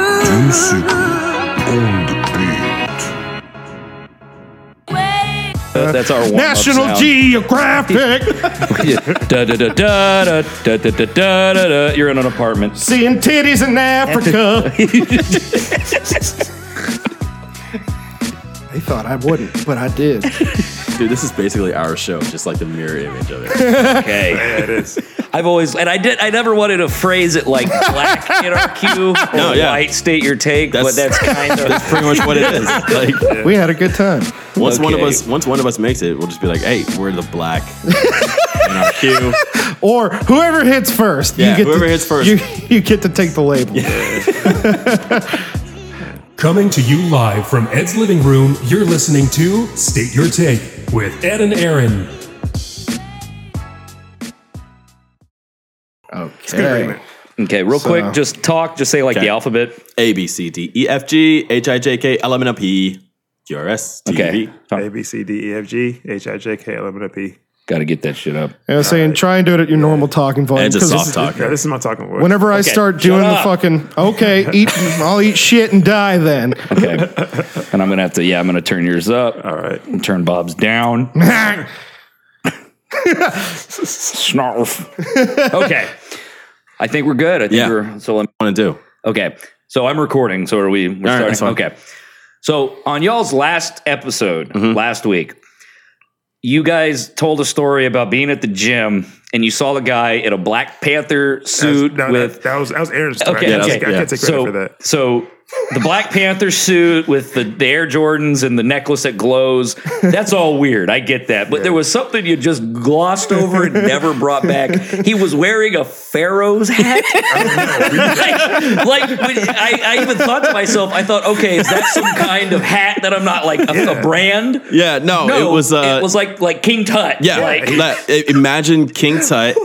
music on the beat. That- that's our warm-up National sound. Geographic, Yeah. da, da, da, da, da, da, da, da, da, da, da. You're in an apartment. seeing titties in Africa. They thought I wouldn't, but I did. Dude, this is basically our show, just like the mirror image of it. Okay. Yeah, it is. I've always and I did I never wanted to phrase it like black NRQ or No, yeah. white state your take, but that's That's- kind of That's pretty much what it is. Like We had a good time. once one of Okay. us once one of us makes it, we'll just be like, hey, we're the black in our queue. Or whoever hits first, Yeah, whoever hits first. you, you get to take the label. Coming to you live from Ed's living room, you're listening to State Your Take with Ed and Aaron. Okay. Okay, real quick, So- just talk, just say like the Okay. alphabet. A B C D E F G H I J K L M N O P Q R S T Okay. V. Oh, Talk. A B C D E F G H I J K L M N O P. Gotta get that shit up. I was saying, try and do it at your normal talking volume. Ed's a 'cause soft it's- talker. Yeah, this is my talking word. Whenever I start shut doing the up. fucking okay, eat, I'll eat shit and die then. Okay. and I'm gonna have to yeah, I'm gonna turn yours up. All right. And turn Bob's down. Snarf. Okay. I think we're good. I think Yeah. we're so let me want to do. Okay. So I'm recording. So are we? We're All right, starting. okay. So on y'all's last episode Mm-hmm. last week, you guys told a story about being at the gym and you saw the guy in a Black Panther That's- suit no, with. that, that was that was Aaron's. story. Okay, I, can't okay. take- I Yeah. can't take credit so, for that. so the Black Panther suit with the, the Air Jordans and the necklace that glows. That's all weird. I get that. But there was something you just glossed over and never brought back. He was wearing a Pharaoh's hat. like, like, when I, I even thought to myself, I thought, okay, is that some kind of hat that I'm not like a, a brand? Yeah, no, No, it was uh it was like like King Tut. yeah, like, that- i- imagine King Tut.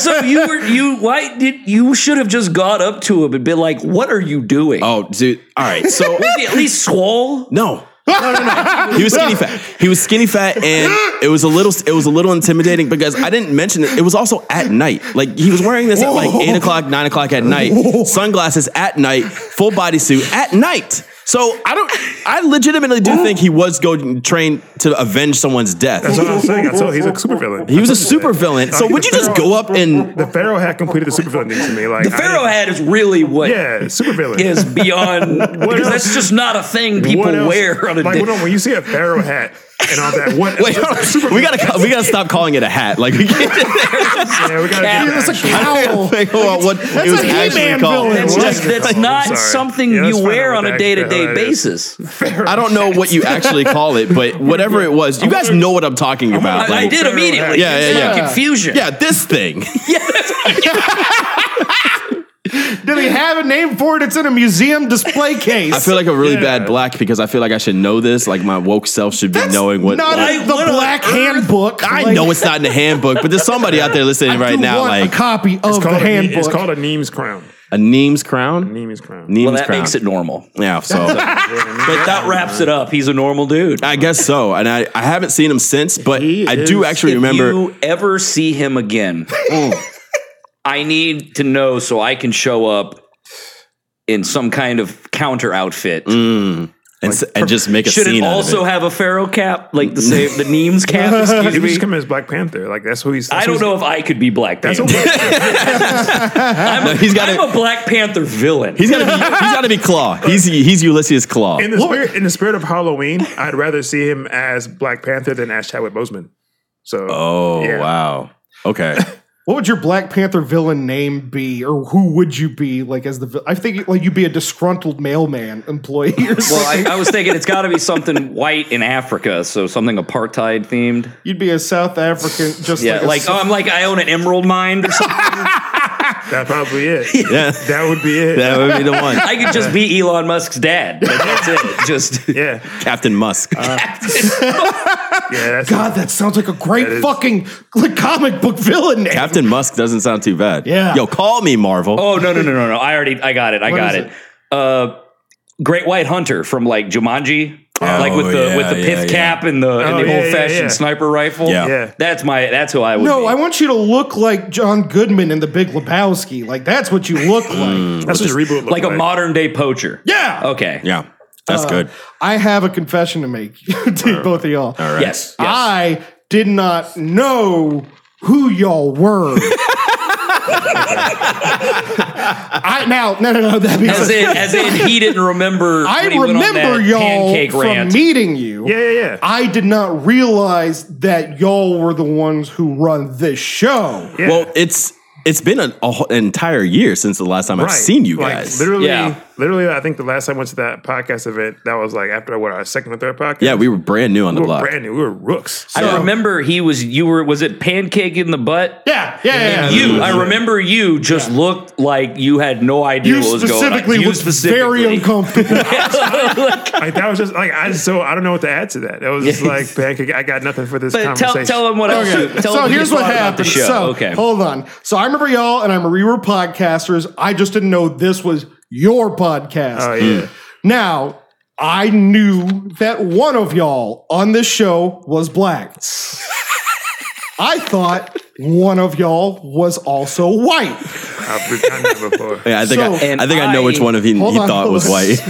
so you were you why did you should have just got up to him and been like, what are you doing? Oh, dude. All right. So Was he at least swole? No. No, no, no. He was skinny fat. He was skinny fat, and it was a little. It was a little intimidating because I didn't mention it. It was also at night. Like he was wearing this at like eight o'clock, nine o'clock at night. Sunglasses at night, full bodysuit at night. So I don't. I legitimately do think he was going trained to avenge someone's death. That's what I'm saying. I told he's a supervillain. He was a super villain. So would you just go up and? The Pharaoh had completed the supervillain thing to me. Like The Pharaoh hat is really what is Yeah, supervillain. beyond because else? that's just not a thing people What else- wear on a like, day. hold on, when you see a Pharaoh hat and all that, what? Wait, hold on. we gotta we gotta stop calling it a hat. Like we can't. Yeah, we gotta get It's an a actual- cow. Like, hold on, what it was a actually He-Man called. villain. That's What? just that's I'm not sorry. something Yeah, let's you find out wear what on a that- day to how day it is. basis. I don't know what you actually call it, but whatever it was, you guys know what I'm talking about. I, I Like, did immediately. Yeah, yeah, It's yeah. my Confusion. yeah, this thing. Do they have a name for it? It's in a museum display case. I feel like a really bad black because I feel like I should know this. Like my woke self should be That's knowing what. not like- in the what on black earth? handbook. I Like, know it's not in the handbook, but there's somebody out there listening I right do now, want like a copy of It's the called, a, handbook. it's called a Neem's crown. a Neem's crown. Neem's crown. Neem's Well, that crown. makes it normal. yeah. So But that wraps it up. He's a normal dude. I guess so, and I, I haven't seen him since, but He I do is- actually if remember. Hmm. you ever see him again, I need to know so I can show up in some kind of counter outfit. and, s and just make a Should scene it out of also it. have a pharaoh cap, like the same the Neem's cap? He was Excuse just me. coming as Black Panther. Like that's what he's. I that's don't what know if I could be Black he's- Panther. That's what. I'm, a, he's gotta- I'm a Black Panther villain. He's gotta be. He's gotta be Claw. He's he's Ulysses Claw. In the, spirit, in the spirit of Halloween, I'd rather see him as Black Panther than as Chadwick Boseman. So, Oh Yeah. wow. Okay. what would your Black Panther villain name be, or who would you be? Like as the, vil- I think like you'd be a disgruntled mailman employee. Or something. well, I, I was thinking it's got to be something white in Africa, so something apartheid themed. you'd be a South African, just Yeah, like, like, a, oh, I'm like I own an emerald mine or something. that's probably it. Yeah. That would be it. That would be the one. I could just be Elon Musk's dad. Like, that's it. Just yeah. Captain Musk. Yeah. That's God, that sounds like a That great is- fucking like, comic book villain name. Captain Musk doesn't sound too bad. Yeah. Yo, call me Marvel. Oh no no no no no! I already I got it I What got is it. Uh, Great White Hunter from like Jumanji. like with the Oh, yeah, with the yeah, pith yeah. cap and the and Oh, the yeah, yeah, old fashioned yeah. sniper rifle. Yeah. Yeah. that's my that's who I would. No, be. I want you to look like John Goodman in The Big Lebowski. Like that's what you look Mm. like. That's what the reboot looked like like. a modern day poacher. yeah. Oh. Okay. Yeah, that's good. I have a confession to make to both of y'all. All right. Yes. yes. I did not know who y'all were. I now no no no that as means in, as in, he didn't remember. I when he went on remember that y'all pancake from rant. meeting you. Yeah, yeah, yeah. I did not realize that y'all were the ones who run this show. Yeah. Well, it's it's been an, a, whole- an entire year since the last time I've seen you Like, guys. literally, Yeah. literally, I think the last time I went to that podcast event, that was like after what our second or third podcast. yeah, we were brand new on the we were block. brand new. We were rooks. I remember he was. You were. Was it pancake in the butt? Yeah, yeah, yeah. yeah. You, I remember you just looked like you had no idea You what was going on. specifically You was very uncomfortable. Like, like that was just like I so I don't know what to add to that. It was just like pancake. I got nothing for this but tell, conversation. tell him what else. you- Okay. Tell so him here's you what thought about the happened. show. So okay. hold on. So I remember y'all, and I remember you were podcasters. I just didn't know this was your podcast. oh yeah, Now I knew that one of y'all on this show was black. I thought one of y'all was also white. I've we've done that before. Yeah, I think So- I, I think I know I- which one of he, he Hold on, thought hold was on. white.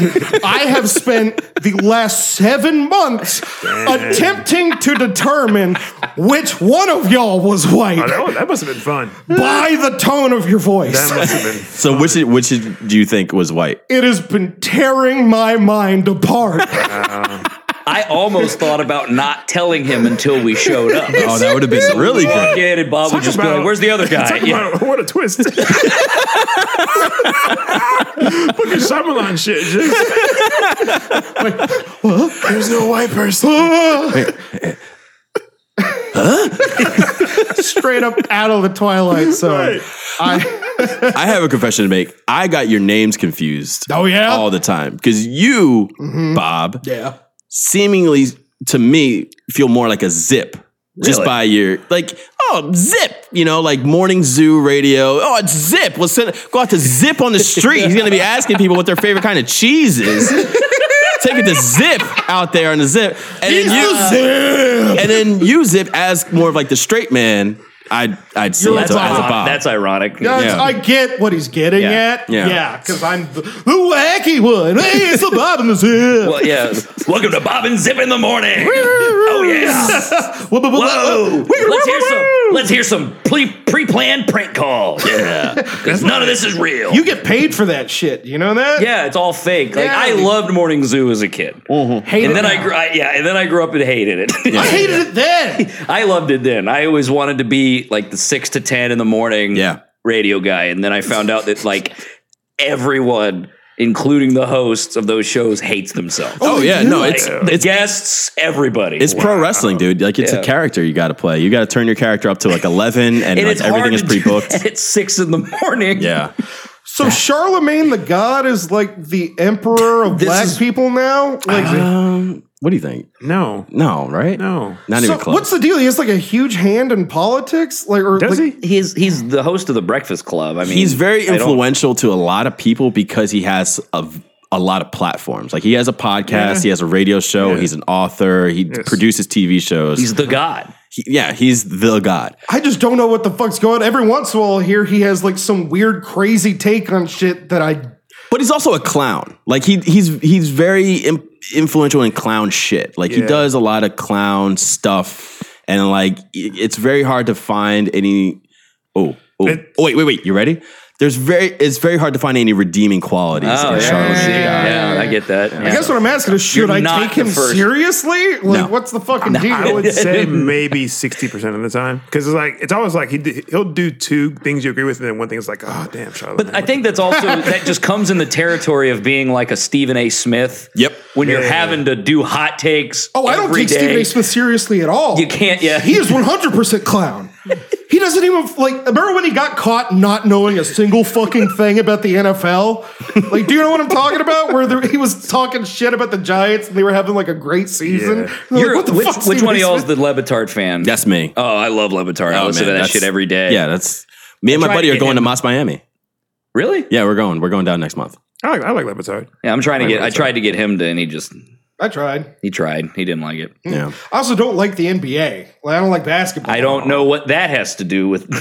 I have spent the last seven months attempting to determine which one of y'all was white Oh, that, was- that must have been fun. by the tone of your voice. That must have been. So which which do you think was white? It has been tearing my mind apart. I almost thought about not telling him until we showed up. Oh, that would have been really good. Yeah, and Bob would just be like, "Where's the other guy?" Talk Yeah. about what a twist. Fucking Shyamalan shit. Just. There's no white person. Straight up out of the Twilight Zone. Right. I, I have a confession to make. I got your names confused. Oh, yeah? all the time because you, Bob, yeah. seemingly to me feel more like a zip just Really? by your like oh zip you know like morning zoo radio oh it's zip let's send, go out to zip on the street he's gonna be asking people what their favorite kind of cheese is take it to zip out there on the zip and then you zip and then you zip as more of like the straight man I'd I'd say That's, as a as a ironic. Bob That's ironic. Guys, Yeah. I get what he's getting Yeah. at. Yeah. Yeah, because I'm the, the wacky one. Hey, it's the bottom of the Well, yeah. Welcome to Bob and Zip in the morning. oh yeah. Whoa. let's hear some. Let's hear some pre pre-planned prank call. Yeah. Because none of this is real. You get paid for that shit. You know that? yeah, it's all fake. Like Yeah. I loved Morning Zoo as a kid, Hate and it then I now. grew. I, yeah, and then I grew up and hated it. I hated it then. I loved it then. I always wanted to be like the six to ten in the morning Yeah. radio guy, and then I found out that like everyone, including the hosts of those shows, hates themselves. oh yeah no it's Like, it's guests, everybody. It's pro wrestling, dude. Like it's Yeah. a character you got to play. You got to turn your character up to like eleven, and, and like it's everything hard is to do pre-booked. that at six in the morning. yeah, So Charlemagne the God is like the emperor of black is- people now. Like, what do you think? No, No, right? no. not so even close. what's the deal? He has like a huge hand in politics. Like, or Does like, he? he's he's the host of the Breakfast Club. I mean, He's very I don't- influential to a lot of people because he has a a lot of platforms. Like he has a podcast, he has a radio show, he's an author, he produces TV shows. He's the god. He- yeah, he's the god. I just don't know what the fuck's going. on. Every once in a while, here he has like some weird, crazy take on shit that I. But he's also a clown. Like he he's he's very Im- influential in clown shit. Like he Yeah. does a lot of clown stuff, and like i- it's very hard to find any. Oh, oh, It- oh wait, wait, wait. You ready? There's very it's very hard to find any redeeming qualities Oh, in Charlemagne. the God. yeah, I get that. I guess what I'm asking is, should You're I not take him the first. seriously? Like, what's the fucking deal? I would say maybe sixty percent of the time, because it's like it's always like he d- he'll do two things you agree with, and then one thing is like, oh damn, Charlotte. But I think that's also that just comes in the territory of being like a Stephen A. Smith. Yep. When you're Yeah. having to do hot takes. oh, I don't every take Stephen day. A. Smith seriously at all. You can't. Yeah. He is 100 percent clown. He doesn't even like. Remember when he got caught not knowing a single fucking thing about the NFL? Like, do you know what I'm talking about? Where there, he was talking shit about the Giants and they were having like a great season. Yeah. Like, You're, what the which, fuck, which Stephen one of A. y'all is Smith? the Levitard fan? That's me. Oh, I love Levitard. I Oh, listen man, to that that's- shit every day. Yeah, that's me and my trying buddy to are get going to him- Moss Miami. Really? Yeah, we're going. We're going down next month. I like I like Levitard. Yeah, I'm trying to get. I tried to get him to, and he just I tried. He tried. He didn't like it. Yeah. I also don't like the NBA. Like, I don't like basketball. I don't know what that has to do with Dan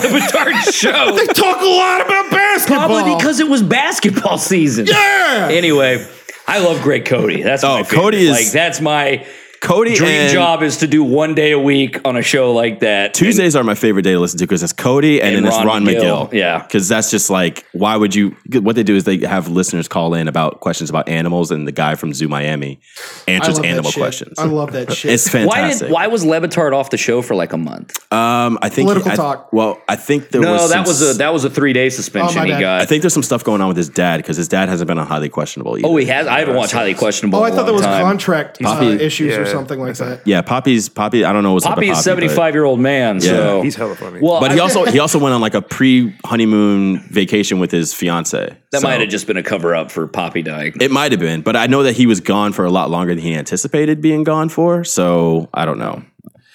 Levitard's show. talk a lot about basketball. Probably because it was basketball season. Yeah! Anyway, I love Greg Cody. That's Oh, my favorite. Cody is- like that's my Cody dream and job is to do one day a week on a show like that. Tuesdays are my favorite day to listen to because it's Cody and, And then it's Ron Ron McGill. McGill. Yeah. Because that's just like, why would you? What they do is they have listeners call in about questions about animals, and the guy from Zoo Miami I answers love that animal shit. questions. I love that shit. It's And why did fantastic. why was Levitard off the show for like a month? um, I think Political I- talk. Well, I think there no, was that some was a s- that was a three day suspension Oh, my he bad. got. I think there's some stuff going on with his dad because his dad hasn't been on highly questionable. Either. oh, he has. I haven't watched highly questionable. oh, I in a thought that long was time. contract uh, Poppy- issues or yeah, something like that. Yeah, Poppy's Poppy. I don't know what's up Poppy is with Poppy, seventy but- five year old man. so He's hella funny. Oh. well, But I- he also he also went on like a pre honeymoon vacation with his fiance. that So might have just been a cover up for Poppy dying. it might have been, but I know that he was gone for a lot longer than he anticipated being gone for. So I don't know.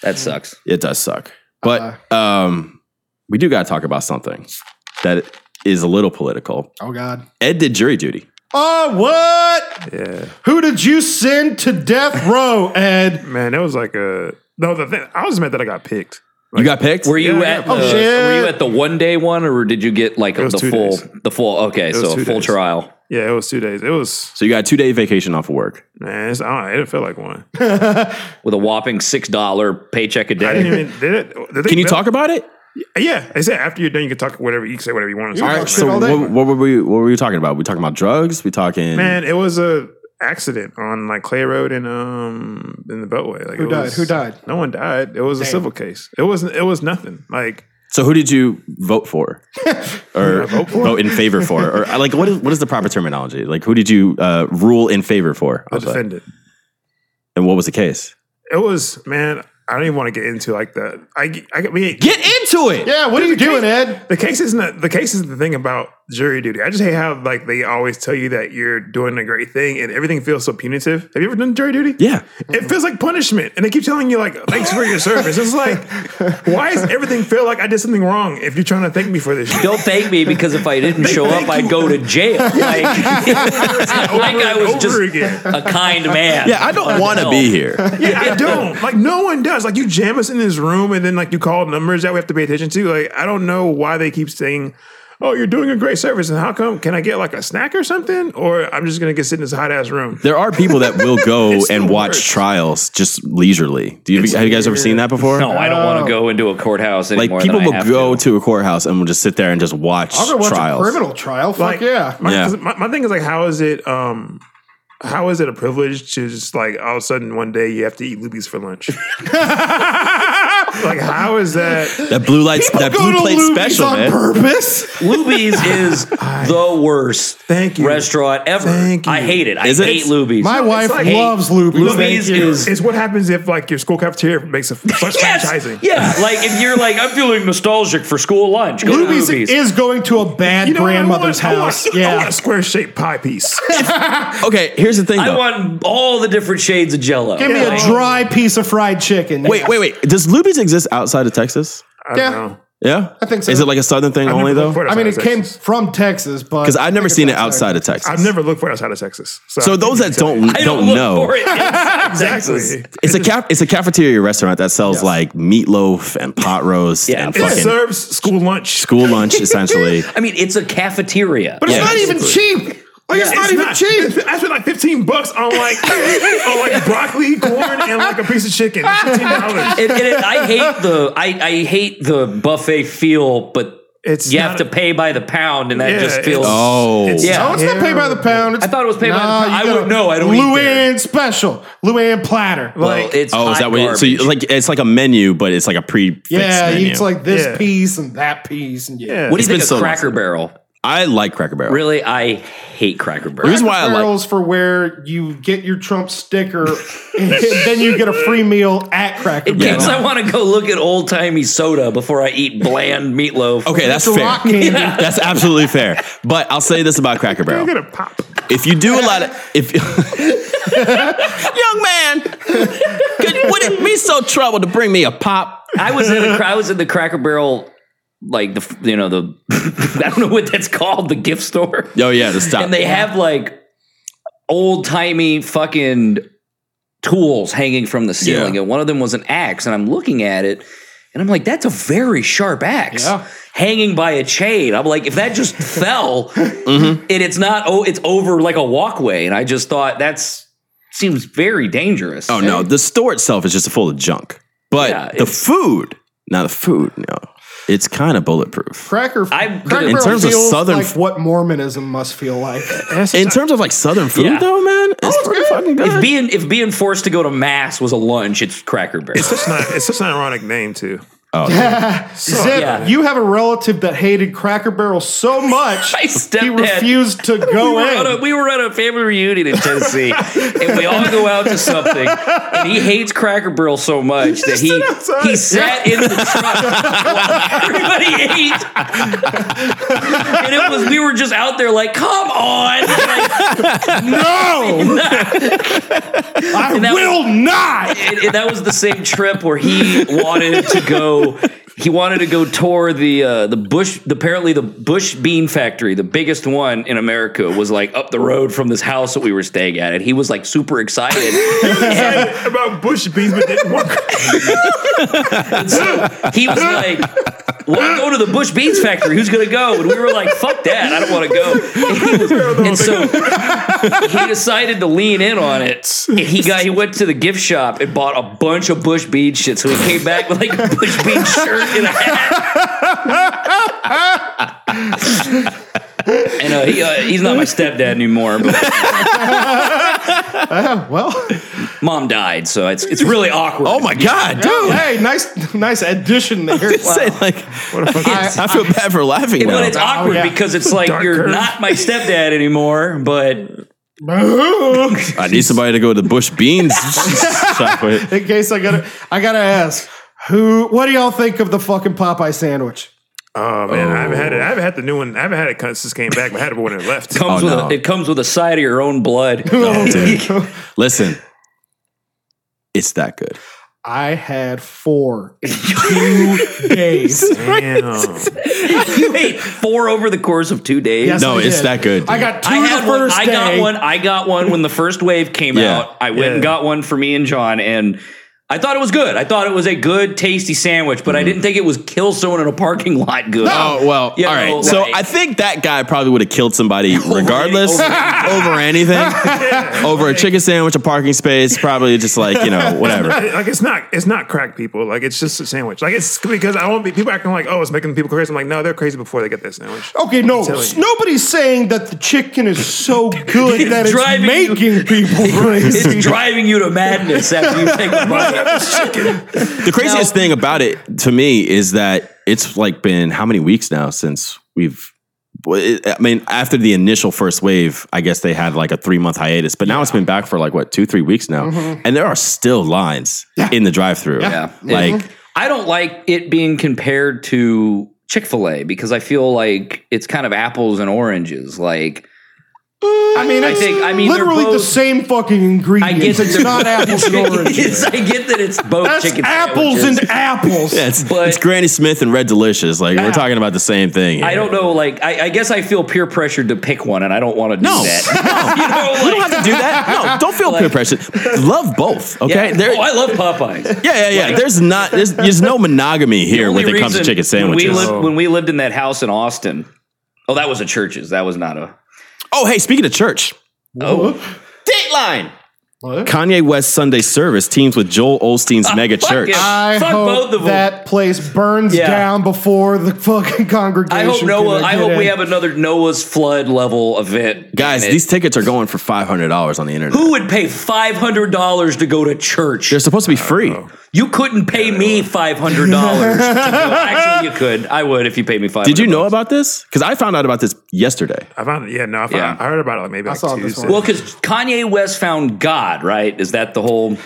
that sucks. It does suck, but Uh-huh. um, we do got to talk about something that is a little political. Oh God. Ed did jury duty. Oh what? yeah, Who did you send to death row, Ed? man, that was like a no. The thing I was mad that I got picked. you got picked. Were you Yeah, at yeah. the, Oh, were you shit. at the one day one or did you get like was the two full days. the full okay was so a two full days. trial? Yeah, it was two days. It was so you got a two day vacation off of work. man. It's, I don't, it felt like one. with a whopping six dollar paycheck a I day. didn't even. Did it, did they Can you bill- talk about it? Yeah, they said after you're done, you can talk whatever you can say whatever you want. and All stuff All talk right. shit So all day. what, what were we? What were we talking about? We talking about drugs? We talking? Man, it was a accident on like Clay Road and um in the Beltway. Like Who it died? was- Who died? No one died. It was a civil case. It wasn't. It was nothing. Like So who did you vote for, or vote, in favor for, or uh, like what is what is the proper terminology? Like who did you uh, rule in favor for? I the was like- defendant. and what was the case? It was man. I don't even want to get into like that. I I, I mean, Get into it. Yeah, what are you doing, Ed? the case is not the case is the thing about jury duty. I just hate how like they always tell you that you're doing a great thing and everything feels so punitive. Have you ever done jury duty? Yeah. It feels like punishment, and they keep telling you like, "Thanks for your service." It's like, why does everything feel like I did something wrong if you're trying to thank me for this? Shit? Don't thank me because if I didn't show up, I'd go to jail. Like, like I was over just again. a kind man. Yeah, I don't want to be here. Yeah, I don't. Like no one does. Like you jam us in this room and then like you call numbers that we have to pay attention to. Like I don't know why they keep saying, "Oh, you're doing a great service," and how come? Can I get like a snack or something? Or I'm just gonna get sit in this hot ass room. There are people that will go It's the and watch worst. trials just leisurely. Do you have you guys ever seen that before? No, I don't want to go into a courthouse Like anymore. people than I will have go to. to. a courthouse and will just sit there and just watch I'll go watch trials. a criminal trial. Fuck Like yeah. My, Yeah. 'cause my, my thing is like, how is it? um how is it a privilege to just like all of a sudden one day you have to eat Luby's for lunch? like, how is that? That blue light, that Go blue to plate Luby's special, on man. purpose. Luby's is the worst Thank you. restaurant ever. Thank you. I hate it. I Is it? hate Luby's. My wife like- loves Hey, Luby's. Luby's Thank you. is It's what happens if like your school cafeteria makes a starts franchising. Yeah, like if you're like I'm feeling nostalgic for school lunch, go Luby's to Luby's. is going to a bad You know what? I want- grandmother's I want- house. I yeah. want a square shaped pie piece. Okay, here's the thing. I Though. want all the different shades of Jello. Give me a dry piece of fried chicken. wait, wait, wait. Does Luby's exist outside of Texas? I Yeah. don't know. Yeah, I think so. Is it like a southern thing I've only never though? looked for I mean, it outside of came Texas. from Texas, but Because I've never seen it outside. outside of Texas. I've never looked for it outside of Texas. So those that don't I don't, don't, look know, for it. exactly. exactly. it's a cap, it's a cafeteria restaurant that sells like meatloaf and pot roast Yeah. and It It fucking serves school lunch. school lunch essentially. I mean, it's a cafeteria. But it's Yeah, not even basically. cheap. Like it's, Yeah, not it's even cheap. I spent like fifteen bucks on like on like broccoli, corn, and like a piece of chicken. It's Fifteen dollars. It- it- it- I hate the I, I hate the buffet feel, but It's you not have to a- pay by the pound, and that Yeah, just it's- feels. Oh, Yeah. Oh, it's not paid by the pound. It's, I thought it was paid by the pound. you I gotta- wouldn't know. I don't eat there. Luann special. Luann platter. well, it's oh, hot is that what? You, so you, garbage. like it's like a menu, but it's like a pre. yeah, menu. it's like this Yeah. piece and that piece and yeah. Yeah. what do it's you think been of so long Cracker Barrel? I like Cracker Barrel. Really, I hate Cracker Barrel. Here's why I like. Barrels for where you get your Trump sticker, and then you get a free meal at Cracker It Barrel. means I want to go look at old timey soda before I eat bland meatloaf. Okay, that's It's a fair. rock candy. That's absolutely fair. But I'll say this about Cracker Barrel. I'm gonna pop. If you do a lot of if young man, could, would it be so trouble to bring me a pop? I was in the I was in the Cracker Barrel, like the you know the I don't know what that's called, the gift store, Oh yeah, the stop. and they have like old timey fucking tools hanging from the ceiling, Yeah. and one of them was an axe. And I'm looking at it, and I'm like, that's a very sharp axe Yeah. hanging by a chain. I'm like, if that just fell, Mm-hmm. and it's not, oh, it's over like a walkway. And I just thought that's seems very dangerous. Oh no, the store itself is just full of junk. But Yeah, the it's- food, now the food, no, it's kind of bulletproof. Cracker, I- cracker in Barrel terms of feels Southern- like what Mormonism must feel like. In terms of like southern food, Yeah. though, man, Oh, it's pretty fucking good. If being if being forced to go to mass was a lunch, it's Cracker Barrel. It's such, not, it's such an ironic name too. Zip, Yeah. you have a relative that hated Cracker Barrel so much My he stepdad- refused to we go were, at a, in. we were at a family reunion in Tennessee, and we all go out to something. And he hates Cracker Barrel so much that he he sat in the truck while everybody ate. and it was we were just out there like, come on, Like, no, I that was- will not. and, and that was the same trip where he wanted to go. He wanted to go tour the uh, the Bush. Apparently, the Bush Bean Factory, the biggest one in America, was like up the road from this house that we were staying at, and he was like super excited. About Bush beans, but didn't work. And so he was like, "Well, go to the Bush Beans Factory. Who's gonna go?" And we were like, "Fuck that! I don't want to go." And, he was- and so he decided to lean in on it. And he got he went to the gift shop and bought a bunch of Bush Bean shit. So he came back with like a Bush Bean shirt and a hat. and uh, he, uh, he's not my stepdad anymore, but Well, mom died, so it's it's really awkward. oh my god, dude! hey, nice, nice addition there. Say, like, I, I feel bad for laughing But now. it's awkward yeah. because it's like you're curve. not my stepdad anymore, but I need somebody to go to the Bush Beans shop. with. In case I gotta, I gotta ask, who? What do y'all think of the fucking Popeye sandwich? Oh man, I haven't had it. I haven't had the new one. I haven't had it since this came back. but I had it when it left. comes Oh, with no. a, it comes with a side of your own blood. Oh, dude. Listen, it's that good. I had four in two days. Damn. you ate four over the course of two days. Yes, No, I it's did. that good. I got two I the had one. first I day. got one. I got one when the first wave came Yeah. out. I went Yeah. and got one for me and John, and I thought it was good. I thought it was a good, tasty sandwich, but I didn't think it was kill someone in a parking lot good. Oh Mm-hmm. well, Yeah, all right. no, so right. I think that guy probably would have killed somebody regardless, over, anything, over a chicken sandwich, a parking space, probably just like you know whatever. like it's not it's not crack people. Like it's just a sandwich. Like it's because I won't be people acting like oh it's making people crazy. I'm like no they're crazy before they get that sandwich. Okay, no, telling s- you. nobody's saying that the chicken is so good that it's driving making you- people crazy. It's driving you to madness after you take a bite. The craziest thing about it to me is that it's like been how many weeks now since we've. well, it- I mean, after the initial first wave, I guess they had like a three month hiatus, but now it's been back for like what two, three weeks now, and there are still lines in the drive through. Yeah. like I don't like it being compared to Chick Fil A because I feel like it's kind of apples and oranges. Like I mean, I it's think- I mean, they're literally the both- same fucking ingredients. that it's they're- not apples and It's- oranges. I get that it's both That's chicken apples sandwiches. and apples. yeah, it's, But- it's Granny Smith and Red Delicious. Like we're talking about the same thing. I here. don't know. Like, I, I guess I feel peer pressured to pick one, and I don't want to do No. that. You don't have to do that. No, don't feel peer pressure. Love both. Okay. Yeah. There, oh, I love Popeyes. yeah, yeah, yeah. There's not. There's, there's no monogamy here when it comes to chicken sandwiches. When we, lived, when we lived in that house in Austin, oh, that was a church's. That was not a. oh, hey, speaking of church, Oh, Dateline. Kanye West Sunday service teams with Joel Olstein's mega Oh, fuck church. yeah. I Fuck hope both of 'em. that place burns Yeah. down before the fucking congregation. I hope Noah. can I get hope we in. have another Noah's flood level event. Guys, And it- these tickets are going for five hundred dollars on the internet. who would pay five hundred dollars to go to church? They're supposed to be free. you couldn't pay me five hundred dollars. Actually, you could. I would if you paid me five. Did you know about this? Because I found out about this yesterday. I found it. Yeah no I, found, Yeah. I heard about it like maybe like saw this Tuesday. one. Well, because Kanye West found God, right? Is that the whole?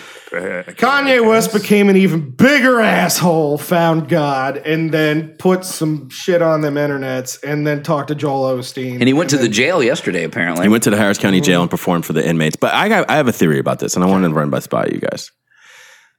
Kanye West became an even bigger asshole, found God, and then put some shit on them internets, and then talked to Joel Osteen. And he went to the jail yesterday, apparently. He went to the Harris County Jail and performed for the inmates. But I got, I have a theory about this, and I want to run by this by you guys.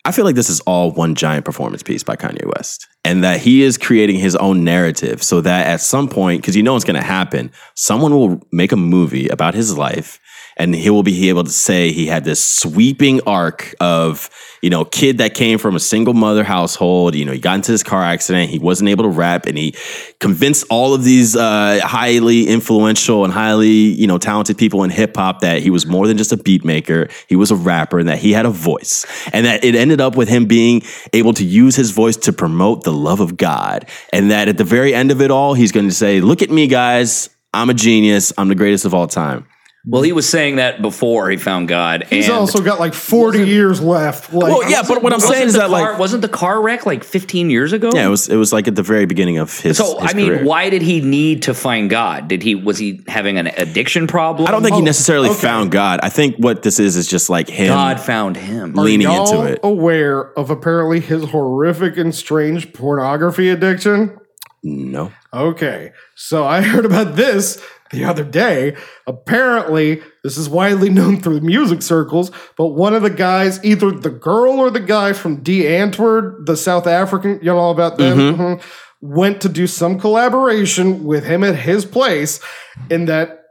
I feel like this is all one giant performance piece by Kanye West, and that he is creating his own narrative so that at some point, because you know it's going to happen, someone will make a movie about his life, and he will be able to say he had this sweeping arc of you know kid that came from a single mother household. You know, he got into this car accident, he wasn't able to rap, and he convinced all of these uh, highly influential and highly you know talented people in hip hop that he was more than just a beat maker. He was a rapper, and that he had a voice, and that it ended up with him being able to use his voice to promote the love of God, and that at the very end of it all, he's going to say, "Look at me, guys." I'm a genius. I'm the greatest of all time. Well, he was saying that before he found God. He's and also got like 40 years left. Like, Well, yeah, but what I'm Wasn't saying is the that car, like wasn't the car wreck like 15 years ago? yeah, it was it was like at the very beginning of his. So I his mean, career. why did he need to find God? Did he was he having an addiction problem? I don't think he Oh, necessarily okay. found God. I think what this is is just like him God found him. leaning y'all into it. aware of apparently his horrific and strange pornography addiction? No, Okay, so I heard about this the other day. Apparently, this is widely known through music circles, but one of the guys, either the girl or the guy from D Antwoord, the South African, you know all about them, Mhm. went to do some collaboration with him at his place, in that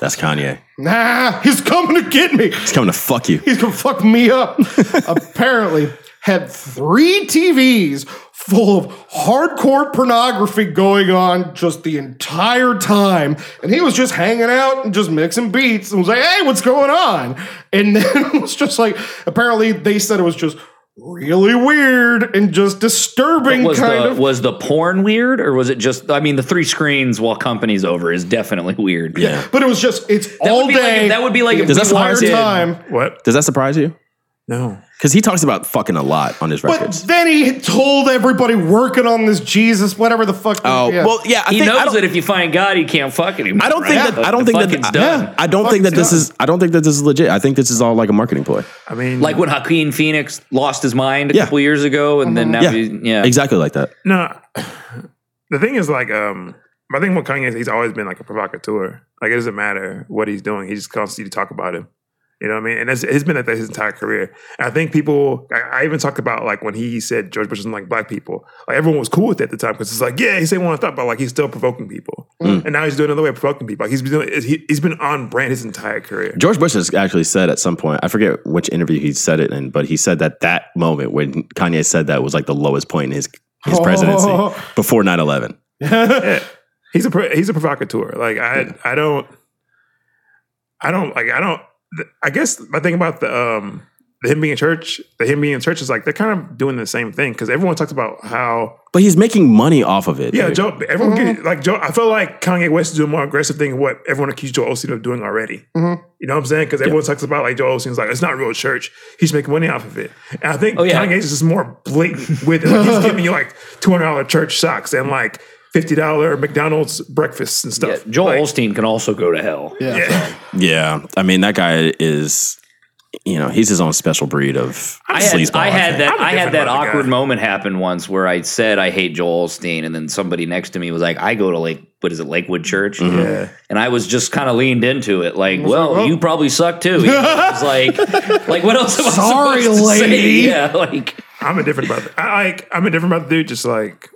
that's Kanye. nah, he's coming to get me. He's coming to fuck you. He's gonna fuck me up. Apparently, had three TVs full of hardcore pornography going on just the entire time. And he was just hanging out and just mixing beats and was like, hey, what's going on? And then it was just like, apparently, they said it was just really weird and just disturbing, was kind the of. was the porn weird or was it just? I mean, the three screens while company's over is definitely weird. Yeah. but it was just, it's That all would be like day. if- that would be like if Does we that surprise wired you? in. time. What? Does that surprise you? No. Because he talks about fucking a lot on his But records. then he told everybody working on this Jesus, whatever the fuck. oh well, yeah. I He think, I knows don't- that if you find God, he can't fuck anymore. I don't think right? that I The don't think fucking's that done. I don't think that this is I don't think that this is legit. I think this is all like a marketing ploy. I mean, Like when Joaquin Phoenix lost his mind a Yeah. couple years ago, and Uh-huh. then now Yeah. he's yeah. Exactly like that. no. The thing is, like, um, I think what Kanye is, he's always been like a provocateur. Like, it doesn't matter what he's doing; he just constantly talk about him. You know what I mean? And it's, it's been like that his entire career. And I think people, I, I even talked about like when he said George Bush doesn't like black people. Like everyone was cool with it at the time because it's like, yeah, he said one stop, but like he's still provoking people. And now he's doing another way of provoking people. Like he's been doing, he, he's been on brand his entire career. George Bush has actually said at some point, I forget which interview he said it in, but he said that that moment when Kanye said that was like the lowest point in his his presidency before 9/11. he's a pro- he's a provocateur. Like I I don't I don't like I don't th- I guess my thing about the um the him being in church the him being in church is like they're kind of doing the same thing because everyone talks about how But he's making money off of it. yeah dude. Joe everyone Mm-hmm. get- like Joe I feel like Kanye West is doing a more aggressive thing of what everyone accused Joe Osteen of doing already. Mm-hmm. You know what I'm saying? Because everyone talks about like Joe Osteen's like it's not real church. He's making money off of it. And I think Oh, yeah. Kanye's just more blatant with it. Like, he's giving you like two hundred dollar church socks and like. Fifty dollar McDonald's breakfasts and Yeah, stuff. Joel Like, Olstein can also go to hell. Yeah. Yeah, I mean that guy is, you know, he's his own special breed of I had, sleazeball. I had think. that I'm a I had different that kind of awkward guy. moment happen once where I said I hate Joel Olstein, and then somebody next to me was like, "I go to Lake, what is it, Lakewood Church?" Yeah. And I was just kind of leaned into it, like, "Well, you probably suck too." You know, I was like, "Like what else am I Sorry, supposed to lady. say?" Yeah, like I'm a different brother. I like I'm a different brother dude, just like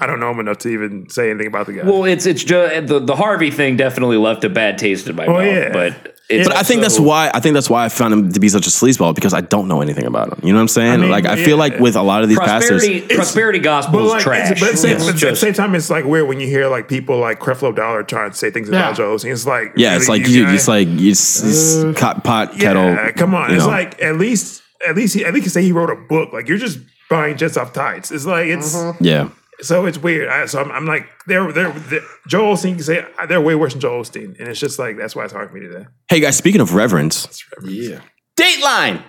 I don't know him enough to even say anything about the guy. well, it's it's just the the Harvey thing definitely left a bad taste in my mouth, yeah. but. It's But I think that's also- why I think that's why I found him to be such a sleazeball because I don't know anything about him. You know what I'm saying? mean, like I yeah. feel like with a lot of these prosperity pastors, prosperity but gospel like is it's- trash. but at the, same, It's but at the just- same time it's like weird when you hear like people like Creflo Dollar trying to say things about Yeah. Joe Osteen. It's like yeah, it's really, like you you, guys? it's like it's, it's pot, pot Uh, Yeah, kettle. come on. you It's know. like at least at least he, at least you say he wrote a book. Like you're just buying just off tides. It's like it's yeah. so it's weird. I, so I'm, I'm like they're they're, they Joe Osteen you can say they're way worse than Joe Osteen, and it's just like that's why it's hard for me to do. Hey guys, speaking of reverends, yeah. Dateline.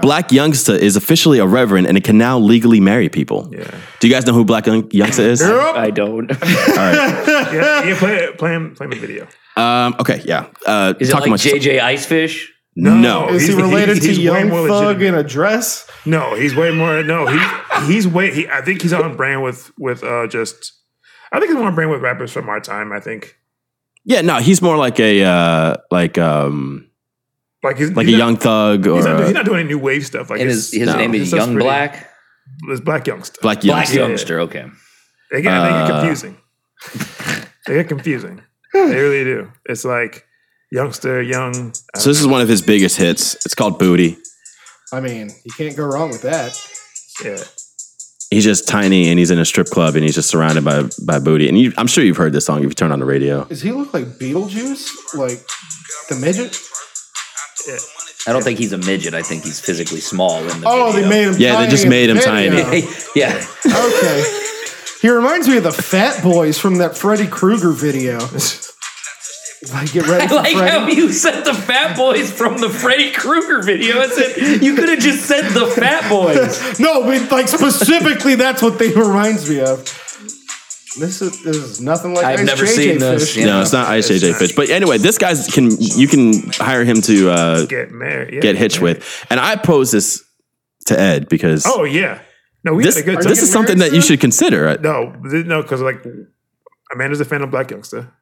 Black Youngsta is officially a reverend and it can now legally marry people. Yeah. Do you guys know who Black Young- Youngsta is? I don't. Yeah, yeah play, play him play him a video. Um, okay, yeah. Uh, Is it talking like about JJ Icefish? no. Is he He's- related he's- he's to way Young more Thug legitimate. in a dress? No, he's way more. No, he he's way. He, I think he's on brand with with uh just. I think he's more on brand with rappers from our time. I think Yeah, no, he's more like a uh, like um like he's like he's a not- young thug or He's not, he's a not doing any new wave stuff. Like And his, it's- his no. name His is stuff's Young pretty- Black. it's black youngster. black Black youngster. Youngster. Okay. They get, I think Uh, it's confusing. They get confusing. They really do. It's like youngster, young. uh, So this is one of his biggest hits. It's called Booty. I mean, you can't go wrong with that. Yeah. He's just tiny and he's in a strip club and he's just surrounded by by booty. And you, I'm sure you've heard this song if you turn on the radio. Does he look like Beetlejuice? Like the midget? I don't think he's a midget. I think he's physically small. In the Oh, they video. made him. Yeah, they tiny just in made the him video. tiny. yeah. okay. He reminds me of the Fat Boys from that Freddy Krueger video. like get ready I for like how Freddy. you said the Fat Boys from the Freddy Krueger video. I said you could have just said the Fat Boys. No, but like specifically, that's what they reminds me of. This is, this is nothing like I've Ice never JJ seen this. Fish. Yeah. No, it's not Ice JJ Fish. But anyway, this guy's can you can hire him to uh, Get married. Yeah, get hitched with. And I pose this to Ed because Oh yeah. No, we this had a good time. this is something that you should consider. no, th- no, because like Amanda's a fan of Black Youngster.